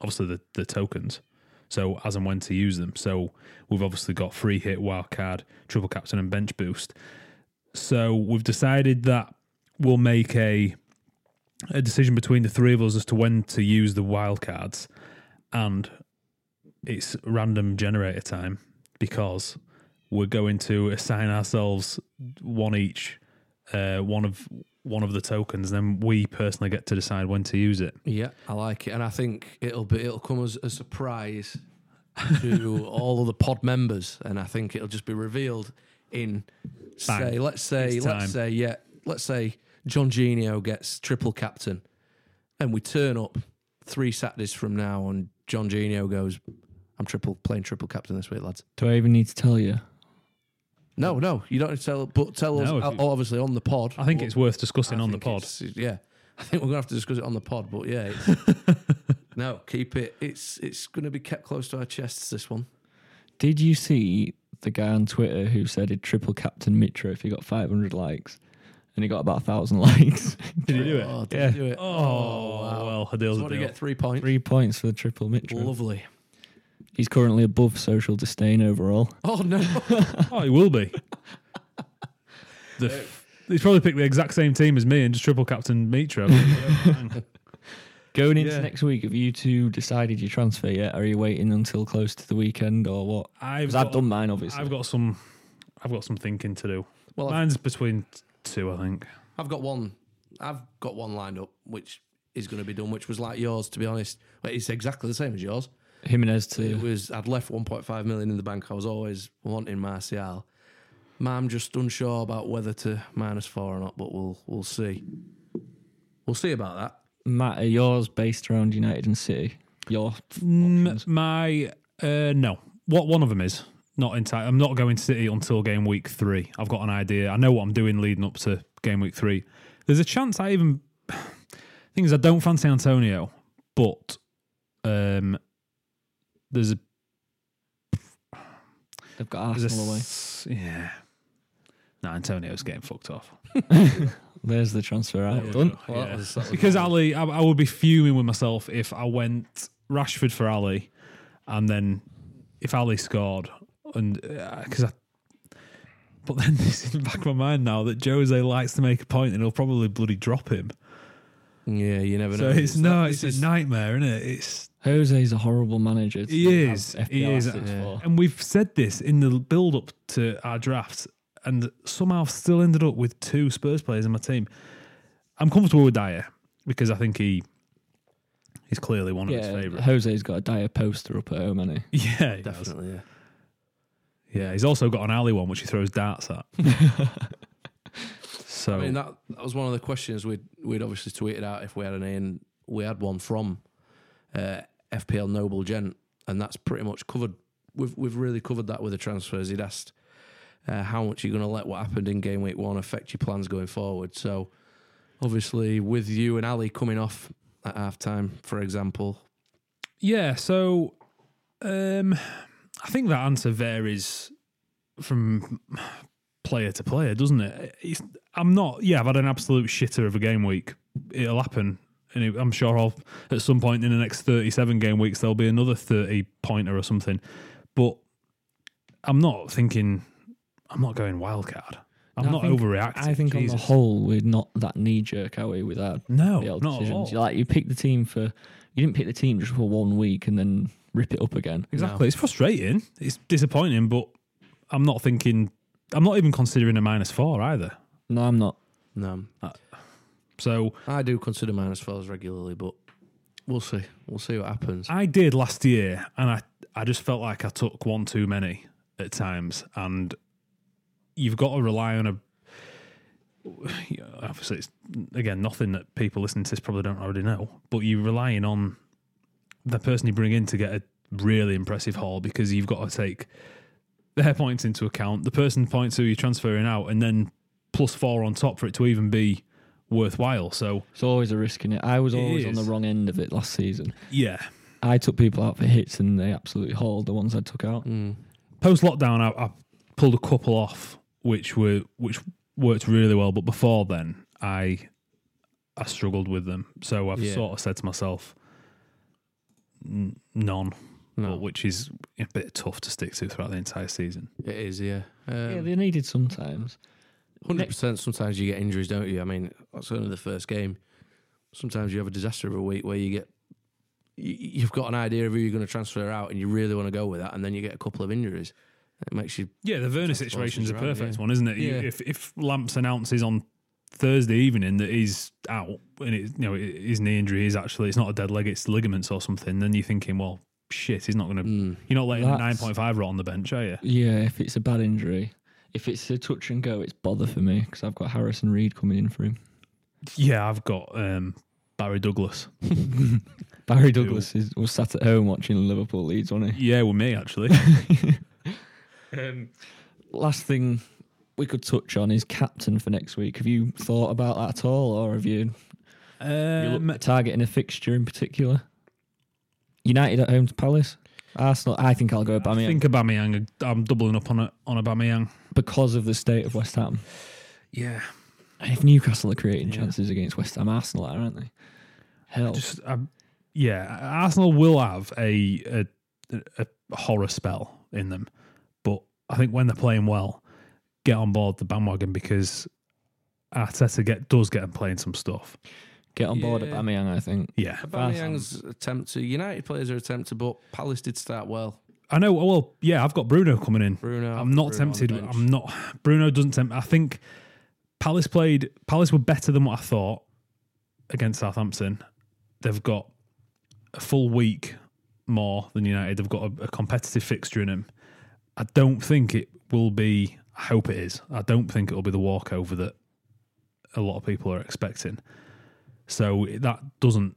Speaker 1: obviously the, the tokens. So as and when to use them. So we've obviously got free hit, wild card, triple captain, and bench boost. So we've decided that we'll make a a decision between the three of us as to when to use the wild cards, and it's random generator time because we're going to assign ourselves one each, uh, one of one of the tokens. Then we personally get to decide when to use it.
Speaker 3: Yeah, I like it, and I think it'll be it'll come as a surprise to all of the pod members, and I think it'll just be revealed in say
Speaker 1: Bang.
Speaker 3: let's say
Speaker 1: It's time.
Speaker 3: let's say yeah let's say John Genio gets triple captain, and we turn up three Saturdays from now, and John Genio goes, "I'm triple playing triple captain this week, lads."
Speaker 2: Do I even need to tell you?
Speaker 3: No, no, you don't need to tell, but tell
Speaker 1: No,
Speaker 3: us
Speaker 1: if you-
Speaker 3: obviously on the pod.
Speaker 1: I think it's worth discussing
Speaker 3: I
Speaker 1: on the
Speaker 3: think
Speaker 1: pod.
Speaker 3: it's- Yeah, I think we're gonna have to discuss it on the pod. But yeah, it's, no, keep it. It's it's gonna be kept close to our chests. This one.
Speaker 2: Did you see the guy on Twitter who said he'd triple captain Mitra if he got 500 likes? And he got about 1,000 likes.
Speaker 1: Did you do it?
Speaker 3: Oh, did
Speaker 2: Yeah.
Speaker 3: we do it?
Speaker 1: Oh, well, a deal's a
Speaker 3: So what do you
Speaker 1: deal.
Speaker 3: get? Three points.
Speaker 2: Three points for the triple Mitra.
Speaker 3: Lovely.
Speaker 2: He's currently above social disdain overall.
Speaker 3: Oh no.
Speaker 1: Oh, he will be. the f- he's probably picked the exact same team as me and just triple captain Mitro.
Speaker 2: Going into
Speaker 3: Yeah.
Speaker 2: next week, have you two decided your transfer yet? Are you waiting until close to the weekend or what?
Speaker 1: I've
Speaker 2: Because
Speaker 1: got,
Speaker 2: I've done mine, obviously.
Speaker 1: I've got some. I've got some thinking to do.
Speaker 3: Well, I've-
Speaker 1: Mine's between t- two, I think.
Speaker 3: I've got one. I've got one lined up, which is going to be done, which was like yours, to be honest. Well, It's exactly the same as yours.
Speaker 2: Jimenez
Speaker 3: It
Speaker 2: to.
Speaker 3: was I'd left 1.5 million in the bank. I was always wanting Martial. I'm just unsure about whether to minus four or not, but we'll we'll see. We'll see about that.
Speaker 2: Matt, are yours based around United and City? Your
Speaker 1: Mm, my uh, no, what one of them is not entire. I'm not going to City until game week three. I've got an idea. I know what I'm doing leading up to game week three. There's a chance I even thing is I don't fancy Antonio, but um, there's a
Speaker 2: They've got
Speaker 1: there's
Speaker 2: Arsenal
Speaker 1: a
Speaker 2: away.
Speaker 1: s- yeah. Nah, Antonio's getting fucked off.
Speaker 2: There's the transfer I've
Speaker 1: Yeah.
Speaker 2: done.
Speaker 3: Well, Oh, that
Speaker 1: Yeah.
Speaker 3: was- that was
Speaker 1: Because
Speaker 3: nice.
Speaker 1: Ali, I, I would be fuming with myself if I went Rashford for Ali, and then if Ali scored, and because I. But then it's in the back of my mind now that Jose likes to make a point and he'll probably bloody drop him.
Speaker 3: yeah, you never
Speaker 1: So
Speaker 3: know.
Speaker 1: it's no,
Speaker 3: not-
Speaker 1: it's
Speaker 3: this
Speaker 1: a
Speaker 3: is-
Speaker 1: nightmare, isn't it? It's
Speaker 2: Jose's a horrible manager. to
Speaker 1: He
Speaker 2: have
Speaker 1: is. He
Speaker 2: FPL
Speaker 1: is.
Speaker 2: assets
Speaker 3: Yeah.
Speaker 2: for.
Speaker 1: and we've said this in the build up to our draft, and somehow I've still ended up with two Spurs players in my team. I'm comfortable with Dyer because I think he he's clearly one of his
Speaker 2: Yeah,
Speaker 1: favourites.
Speaker 2: Jose's got a dire poster up at home, hasn't he?
Speaker 1: Yeah, he does.
Speaker 3: definitely. Yeah.
Speaker 1: Yeah, he's also got an alley one which he throws darts at. so
Speaker 3: I mean that that was one of the questions we'd we'd obviously tweeted out if we had an in. We had one from uh, FPL Noble Gent, and that's pretty much covered. We've we've really covered that with the transfers. He'd asked uh, how much you're going to let what happened in game week one affect your plans going forward. So obviously, with you and Ali coming off at half time, for example,
Speaker 1: yeah, so um, I think that answer varies from player to player, doesn't it? It's, I'm not. Yeah, I've had an absolute shitter of a game week. It'll happen, and it, I'm sure I'll at some point in the next 37 game weeks there'll be another 30 pointer or something. But I'm not thinking. I'm not going wild card. I'm
Speaker 2: No, I
Speaker 1: not
Speaker 2: think-
Speaker 1: overreacting.
Speaker 2: I think on
Speaker 1: Jesus.
Speaker 2: the whole, we're not that knee jerk, are we? With our
Speaker 1: no,
Speaker 2: the old
Speaker 1: not at
Speaker 2: decisions,
Speaker 1: all.
Speaker 2: You like you pick the team for you didn't pick the team just for one week and then rip it up again.
Speaker 1: Exactly. It's frustrating. It's disappointing, but I'm not thinking. I'm not even considering a minus four either.
Speaker 2: No, I'm not.
Speaker 3: No,
Speaker 1: So
Speaker 3: I do consider minus fours regularly, but we'll see. We'll see what happens.
Speaker 1: I did last year, and I I just felt like I took one too many at times, and you've got to rely on a. Yeah, Obviously, it's again nothing that people listening to this probably don't already know, but you're relying on the person you bring in to get a really impressive haul because you've got to take their points into account, the person points who you're transferring out, and then plus four on top for it to even be worthwhile. So
Speaker 2: It's always a risk in it. I was always on the
Speaker 1: is.
Speaker 2: wrong end of it last season.
Speaker 1: yeah,
Speaker 2: I took people out for hits and they absolutely hauled the ones I took out.
Speaker 3: Hmm,
Speaker 1: post lockdown, I, I pulled a couple off, which were which worked really well. But before then, I I struggled with them, so I've
Speaker 3: Yeah.
Speaker 1: sort of said to myself, "N- none,
Speaker 3: No.
Speaker 1: but which is a bit tough to stick to throughout the entire season.
Speaker 3: It is, yeah.
Speaker 2: yeah,
Speaker 3: Um,
Speaker 2: they needed sometimes.
Speaker 3: Hundred percent. Sometimes you get injuries, don't you? I mean, that's only the first game. Sometimes you have a disaster of a week where you get you- you've got an idea of who you're going to transfer out, and you really want to go with that, and then you get a couple of injuries. It makes you
Speaker 1: Yeah, the Verna
Speaker 3: Just
Speaker 1: situation's a
Speaker 3: bosses around,
Speaker 1: perfect
Speaker 3: yeah.
Speaker 1: one, isn't it? You-
Speaker 3: Yeah.
Speaker 1: if if Lamps announces on Thursday evening that he's out and it, you know his knee injury is actually it's not a dead leg, it's ligaments or something, then you're thinking, well, shit, he's not going to.
Speaker 3: hmm,
Speaker 1: You're not letting nine
Speaker 2: That's-
Speaker 1: point five rot on the bench, are you?
Speaker 2: Yeah, if it's a bad injury, if it's a touch and go, it's bother for me because I've got Harrison Reed coming in for him.
Speaker 1: Yeah, I've got um, Barry Douglas.
Speaker 2: Barry Douglas is, was sat at home watching Liverpool Leeds, wasn't he?
Speaker 1: Yeah, with me actually.
Speaker 2: last thing we could touch on is captain for next week. Have you thought about that at all, or have you, you
Speaker 1: Um,
Speaker 2: looked at targeting a fixture in particular? United at home to Palace, Arsenal. I think I'll go
Speaker 1: I
Speaker 2: Aubameyang
Speaker 1: think Aubameyang. I'm doubling up on a, on Aubameyang.
Speaker 2: because of the state of West Ham.
Speaker 1: Yeah,
Speaker 2: And if Newcastle are creating
Speaker 1: Yeah.
Speaker 2: chances against West Ham, Arsenal are, aren't they? Hell,
Speaker 1: just um, yeah. Arsenal will have a, a a horror spell in them, but I think when they're playing well, get on board the bandwagon because Arteta get does get them playing some stuff.
Speaker 2: get on board
Speaker 3: Yeah.
Speaker 2: Aubameyang. I think
Speaker 1: Yeah,
Speaker 3: Aubameyang's attempt to United players are attempt to, but Palace did start well.
Speaker 1: I know. Well, yeah, I've got Bruno coming in.
Speaker 3: Bruno,
Speaker 1: I'm not
Speaker 3: Bruno on the
Speaker 1: tempted.
Speaker 3: bench.
Speaker 1: I'm not. Bruno doesn't tempt. I think Palace played. Palace were better than what I thought against Southampton. They've got a full week more than United. They've got a, a competitive fixture in them. I don't think it will be. I hope it is. I don't think it'll be the walkover that a lot of people are expecting. So that doesn't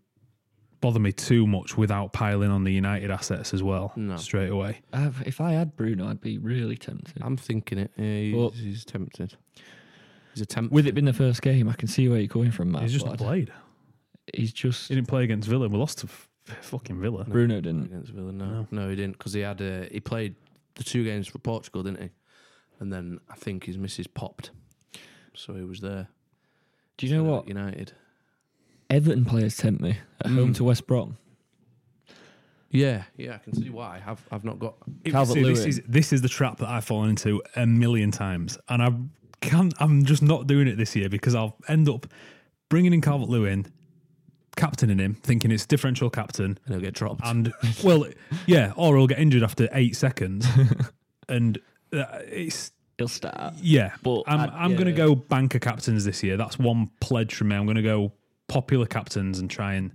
Speaker 1: bother me too much without piling on the United assets as well
Speaker 3: No.
Speaker 1: straight away.
Speaker 2: I've, if I had Bruno, I'd be really tempted.
Speaker 3: I'm thinking it. Yeah, he's,
Speaker 2: But-
Speaker 3: he's tempted. He's attempted.
Speaker 2: With it being the first game, I can see where you're coming from, Matt.
Speaker 1: He's just not
Speaker 2: but
Speaker 1: played.
Speaker 2: he's just
Speaker 1: He didn't play against Villa. We lost to f- fucking Villa.
Speaker 2: Bruno didn't.
Speaker 3: against Villa. No, no, he didn't because he had uh, he played the two games for Portugal, didn't he? And then I think his missus popped, so he was there.
Speaker 2: Do you know
Speaker 3: for
Speaker 2: what?
Speaker 3: United?
Speaker 2: Everton players tempt me at home to West Brom.
Speaker 3: Yeah, yeah, I can see why. I've I've not got.
Speaker 2: Calvert-Lewin.
Speaker 1: This is this is the trap that I've fallen into a million times, and I can't. I'm just not doing it this year because I'll end up bringing in Calvert Lewin, captaining him, thinking it's differential captain,
Speaker 3: And he'll get dropped.
Speaker 1: and well, yeah, or he'll get injured after eight seconds, and uh, it's
Speaker 2: He'll start.
Speaker 1: Yeah,
Speaker 2: But
Speaker 1: I'm
Speaker 2: I-
Speaker 1: I'm going to
Speaker 2: yeah.
Speaker 1: go banker captains this year. That's one pledge from me. I'm going to go popular captains and try and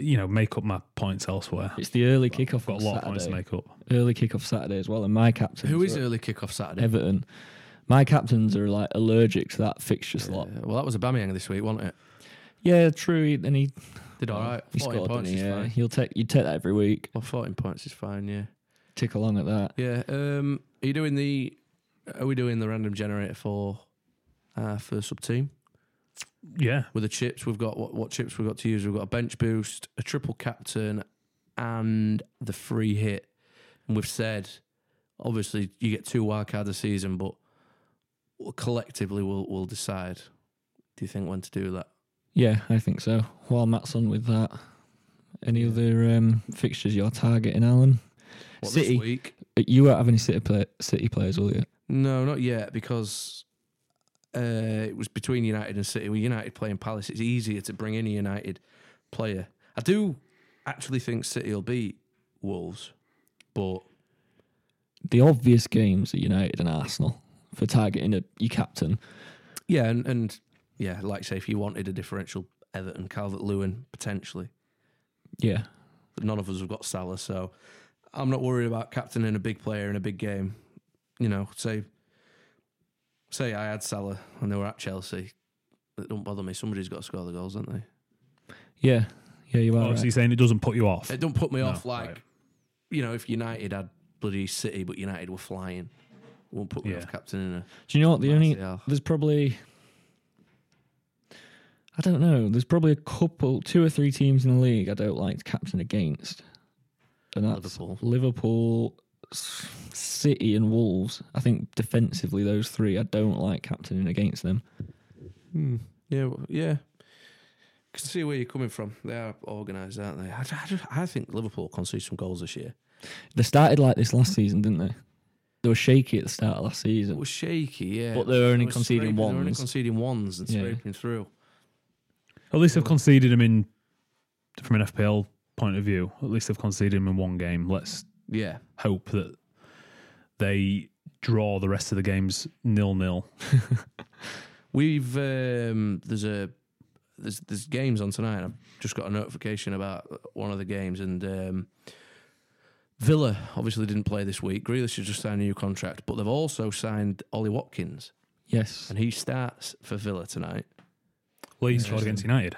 Speaker 1: you know make up my points elsewhere.
Speaker 2: It's the early kickoff
Speaker 1: Got a
Speaker 2: on
Speaker 1: lot of points to
Speaker 2: Saturday.
Speaker 1: make up.
Speaker 2: Early kickoff Saturday as well, and my captains.
Speaker 3: Who is
Speaker 2: are
Speaker 3: early kickoff Saturday?
Speaker 2: Everton. My captains are like allergic to that fixture slot.
Speaker 3: Uh, well, that was a Bamiyang this week, wasn't it?
Speaker 2: Yeah, true. he- And he
Speaker 3: Did all right.
Speaker 2: he
Speaker 3: Fourteen
Speaker 2: scored.
Speaker 3: points
Speaker 2: didn't he?
Speaker 3: is
Speaker 2: Yeah,
Speaker 3: fine.
Speaker 2: he'll take you take that every week.
Speaker 3: Well, fourteen points is fine. Yeah,
Speaker 2: Tick along at that.
Speaker 3: yeah. Um, are you doing the? Are we doing the random generator for? Uh, for sub team
Speaker 1: Yeah,
Speaker 3: with the chips, we've got what, what chips we've got to use. We've got a bench boost, a triple captain, and the free hit. And we've said, obviously, you get two wild cards a season, but collectively, we'll we'll decide. Do you think when to do that?
Speaker 2: Yeah, I think so. While Matt's on with that, any other um, fixtures you're targeting, Alan?
Speaker 3: What,
Speaker 2: City.
Speaker 3: this week?
Speaker 2: You won't have any City, play- City players, will you?
Speaker 3: No, not yet, because uh, it was between United and City. With United playing Palace, it's easier to bring in a United player. I do actually think City will beat Wolves, but
Speaker 2: The obvious games are United and Arsenal for targeting a, your captain.
Speaker 3: yeah, and, and yeah, like say if you wanted a differential, Everton, Calvert Lewin potentially.
Speaker 2: Yeah.
Speaker 3: But none of us have got Salah, so I'm not worried about captaining a big player in a big game. You know, say say I had Salah and they were at Chelsea. It don't bother me. Somebody's got to score the goals, don't they?
Speaker 2: Yeah. Yeah, you are.
Speaker 1: Obviously,
Speaker 2: Right.
Speaker 1: saying it doesn't put you off.
Speaker 3: It don't put me
Speaker 1: No,
Speaker 3: off like
Speaker 1: right.
Speaker 3: you know if United had bloody City, but United were flying. Won't put me
Speaker 1: Yeah.
Speaker 3: off captain in a
Speaker 2: Do you know what? The only.
Speaker 3: Martial.
Speaker 2: There's probably. I don't know. There's probably a couple, two or three teams in the league I don't like to captain against. And that's
Speaker 3: Liverpool.
Speaker 2: Liverpool, S- City, and Wolves. I think defensively, those three, I don't like captaining against them.
Speaker 3: Yeah, well, yeah. Can see where you're coming from. They are organised, aren't they? I, I just- I think Liverpool will concede some goals this year.
Speaker 2: They started like this last season, didn't they? They were shaky at the start of last
Speaker 3: It
Speaker 2: season.
Speaker 3: was shaky, yeah.
Speaker 2: But they were only conceding
Speaker 3: scraping- They were only
Speaker 2: ones.
Speaker 3: conceding ones and
Speaker 2: Yeah.
Speaker 3: scraping through.
Speaker 1: At least they've conceded him in from an FPL point of view. At least they've conceded him in one game. Let's
Speaker 3: Yeah,
Speaker 1: hope that they draw the rest of the games nil nil.
Speaker 3: we've um, there's a there's there's games on tonight. I've just got a notification about one of the games and. Um, Villa obviously didn't play this week. Grealish has just signed a new contract, but they've also signed Ollie Watkins,
Speaker 2: Yes.
Speaker 3: and he starts for Villa tonight.
Speaker 1: Leeds scored against United.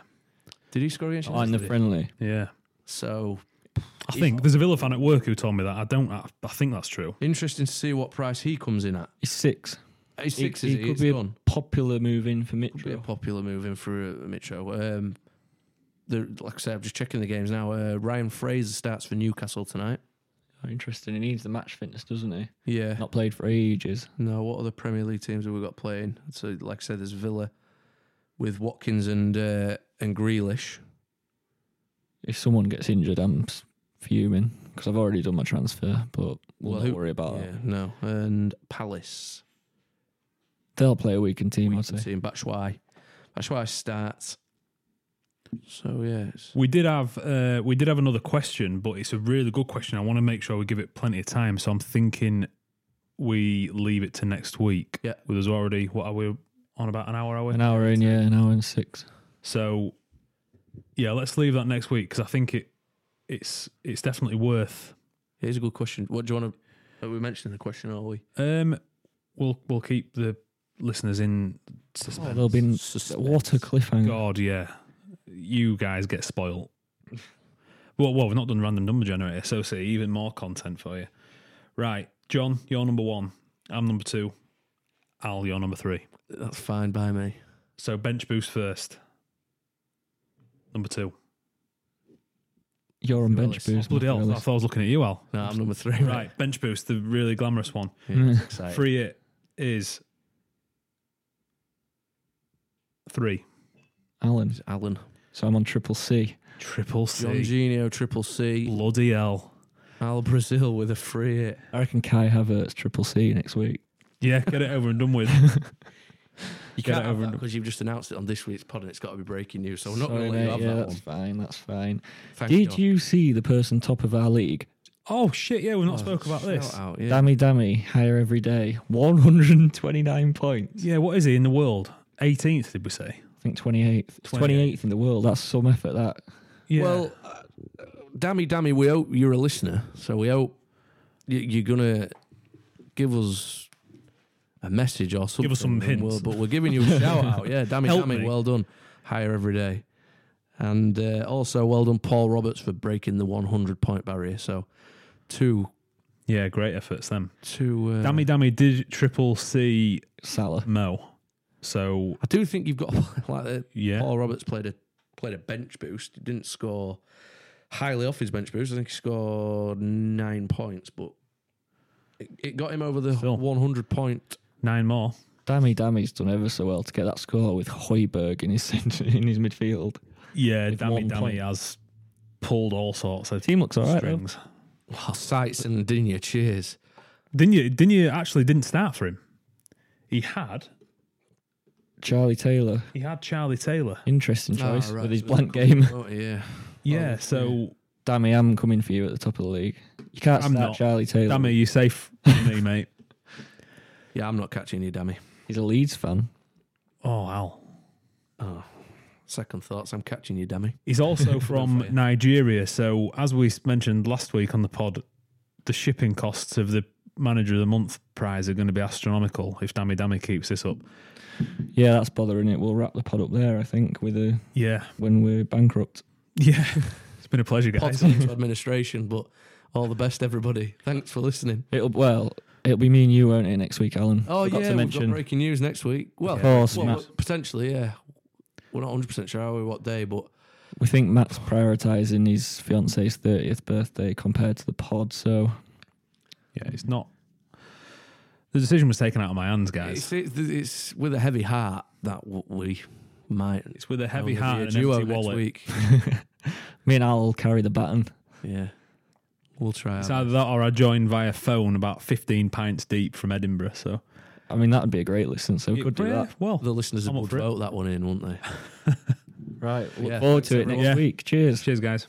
Speaker 3: Did he score against?
Speaker 2: On the
Speaker 3: Chelsea?
Speaker 2: friendly.
Speaker 1: Yeah,
Speaker 3: So
Speaker 1: I think there's a Villa fan at work who told me that. I don't. I, I think that's true.
Speaker 3: Interesting to see what price he comes in at.
Speaker 2: It's six.
Speaker 3: He's
Speaker 2: It-
Speaker 3: six,
Speaker 2: it
Speaker 3: is he?
Speaker 2: could
Speaker 3: It's
Speaker 2: be a
Speaker 3: done.
Speaker 2: popular move in for
Speaker 3: Could be a
Speaker 2: Mitchell.
Speaker 3: popular move in for uh, Mitro. Um, the, like I say, I'm just checking the games now. Uh, Ryan Fraser starts for Newcastle tonight.
Speaker 2: Oh, interesting. He needs the match fitness, doesn't he?
Speaker 3: Yeah.
Speaker 2: Not played for ages.
Speaker 3: No, what other Premier League teams have we got playing? So, like I said, there's Villa with Watkins and uh, and Grealish.
Speaker 2: If someone gets injured, I'm s- fuming because I've already done my transfer, but we'll
Speaker 3: Well,
Speaker 2: not
Speaker 3: who-
Speaker 2: worry about
Speaker 3: Yeah,
Speaker 2: that.
Speaker 3: no, and Palace.
Speaker 2: They'll play a weekend team, I'd
Speaker 3: Weakened
Speaker 2: say.
Speaker 3: team. Batshuayi. Batshuayi starts. So yeah, it's-
Speaker 1: We did have uh, we did have another question, but it's a really good question. I want to make sure we give it plenty of time. So I'm thinking we leave it to next week.
Speaker 3: Yeah.
Speaker 1: Well, there's already what are we on about an hour? Are we?
Speaker 2: An hour in, yeah, an hour and six.
Speaker 1: So yeah, let's leave that next week because I think it it's it's definitely worth.
Speaker 3: here's a good question. What do you want to? Are we mentioning the question? Are we?
Speaker 1: Um, we'll we'll keep the listeners in suspense.
Speaker 2: There'll be
Speaker 3: Suspense.
Speaker 2: what a cliffhanger.
Speaker 1: God, yeah, you guys get spoiled. Well, well, we've not done random number generator, so see even more content for you. Right, John, you're number one. I'm number two. Al, you're number three.
Speaker 3: That's fine by me.
Speaker 1: So bench boost first. Number two.
Speaker 2: You're on bench
Speaker 3: Phillips.
Speaker 1: Oh,
Speaker 2: boost.
Speaker 1: bloody
Speaker 2: my
Speaker 1: hell! I
Speaker 2: Phillips.
Speaker 1: thought I was looking at you, Al.
Speaker 3: No, I'm number three. Right.
Speaker 1: Right, bench boost, the really glamorous one.
Speaker 3: Yeah,
Speaker 2: Hmm.
Speaker 3: it's exciting.
Speaker 1: Free it is three.
Speaker 2: Alan.
Speaker 3: Alan.
Speaker 2: So I'm on triple C.
Speaker 1: Triple C.
Speaker 3: John Genio, triple C.
Speaker 1: Bloody hell.
Speaker 3: Al Brazil with a free hit.
Speaker 2: I reckon Kai Havertz triple C next week.
Speaker 1: Yeah, get it over and done with.
Speaker 3: You
Speaker 1: Get
Speaker 3: can't
Speaker 1: it over and done.
Speaker 3: because you've just announced it on this week's pod and it's got to be breaking news. So I'm not
Speaker 2: Sorry,
Speaker 3: going to let
Speaker 2: mate,
Speaker 3: you have
Speaker 2: yeah,
Speaker 3: that
Speaker 2: that's
Speaker 3: one.
Speaker 2: fine. That's fine.
Speaker 3: Thank
Speaker 2: Did you see the person top of our league?
Speaker 1: Oh shit! Yeah, we've not spoke about this.
Speaker 3: Shout out, yeah.
Speaker 2: Dammy Dammy, higher every day. 129 points.
Speaker 1: Yeah, what is he in the world? 18th, did we say?
Speaker 2: I think 28th. 28th in the world. That's some effort, that.
Speaker 1: Yeah.
Speaker 3: Well, uh, dammy, dammy, we hope you're a listener. So we hope y- you're going to give us a message or something.
Speaker 1: Give us some
Speaker 3: and we'll-
Speaker 1: hints.
Speaker 3: but we're giving you a shout out. Yeah, dammy,
Speaker 1: Help
Speaker 3: dammy,
Speaker 1: me.
Speaker 3: well done. Higher every day. And uh, also, well done, Paul Roberts, for breaking the 100 point barrier. So, two.
Speaker 1: yeah, great efforts then.
Speaker 3: two uh,
Speaker 1: Dammy Dammy did triple C
Speaker 2: Salah.
Speaker 1: Mo. So
Speaker 3: I do think you've got like uh,
Speaker 1: yeah,
Speaker 3: Paul Roberts played a played a bench boost. He didn't score highly off his bench boost. I think he scored nine points, but it, it got him over the
Speaker 1: Still.
Speaker 3: 100 point.
Speaker 1: nine more.
Speaker 2: Dammy Dammy's done ever so well to get that score with Hoiberg in his centre, in his midfield.
Speaker 1: Yeah,
Speaker 2: With
Speaker 1: Dammy
Speaker 2: one
Speaker 1: Dammy
Speaker 2: point.
Speaker 1: has pulled all sorts of
Speaker 2: Team looks all right, though.
Speaker 1: strings.
Speaker 3: Oh, Sights and Dinya, cheers.
Speaker 1: Didn't you? Didn't you actually didn't start for him? He had
Speaker 2: Charlie Taylor,
Speaker 1: he had Charlie Taylor.
Speaker 2: interesting choice
Speaker 3: Ah, right,
Speaker 2: with his
Speaker 3: so
Speaker 2: blank
Speaker 3: there's a
Speaker 2: game.
Speaker 3: couple- Oh, yeah.
Speaker 1: Yeah, so
Speaker 2: Dammy, I'm coming for you at the top of the league. You can't
Speaker 1: I'm
Speaker 2: start
Speaker 1: not.
Speaker 2: Charlie Taylor.
Speaker 1: damn it, you safe for me, mate.
Speaker 3: Yeah, I'm not catching you, Dammy.
Speaker 2: He's a Leeds fan.
Speaker 1: Oh Al.
Speaker 3: Second thoughts, I'm catching you, Dammy.
Speaker 1: He's also from
Speaker 3: Definitely.
Speaker 1: Nigeria. So as we s- mentioned last week on the pod, the shipping costs of the manager of the month prize are going to be astronomical if Dammy Dammy keeps this up.
Speaker 2: Yeah, that's bothering it. We'll wrap the pod up there, I think, with a,
Speaker 1: Yeah.
Speaker 2: when we're bankrupt.
Speaker 1: Yeah. It's been a pleasure, guys.
Speaker 3: Pods into administration, but all the best, everybody. Thanks for listening.
Speaker 2: It'll well, it'll be me and you, won't it, next week, Alan?
Speaker 3: Oh,
Speaker 2: Forgot
Speaker 3: yeah,
Speaker 2: to
Speaker 3: we've
Speaker 2: mention.
Speaker 3: got breaking news next week. Well,
Speaker 2: Of course,
Speaker 3: well,
Speaker 2: Matt.
Speaker 3: potentially, yeah. We're not 100% sure are we, what day, but
Speaker 2: We think Matt's prioritising his fiance's thirtieth birthday compared to the pod, so
Speaker 1: Yeah, it's not. The decision was taken out of my hands, guys.
Speaker 3: it's, it's, it's with a heavy heart that w- we might.
Speaker 1: It's with a heavy
Speaker 3: only be
Speaker 1: heart
Speaker 3: a
Speaker 1: and an
Speaker 3: duo
Speaker 1: empty
Speaker 3: next
Speaker 1: wallet.
Speaker 3: week.
Speaker 2: me and Al will carry the baton.
Speaker 3: Yeah. We'll try.
Speaker 1: It's
Speaker 3: our
Speaker 1: either that or I joined via phone about 15 pints deep from Edinburgh. So
Speaker 2: I mean, that would be a great listen. So we could do
Speaker 1: Yeah,
Speaker 2: that.
Speaker 1: Well,
Speaker 3: The listeners
Speaker 1: I'm up
Speaker 3: would
Speaker 1: for it.
Speaker 3: vote that one in, wouldn't they?
Speaker 2: Right. Look
Speaker 3: Yeah,
Speaker 2: forward
Speaker 3: thanks
Speaker 2: to it next
Speaker 1: everyone.
Speaker 2: week. Cheers.
Speaker 1: cheers, guys.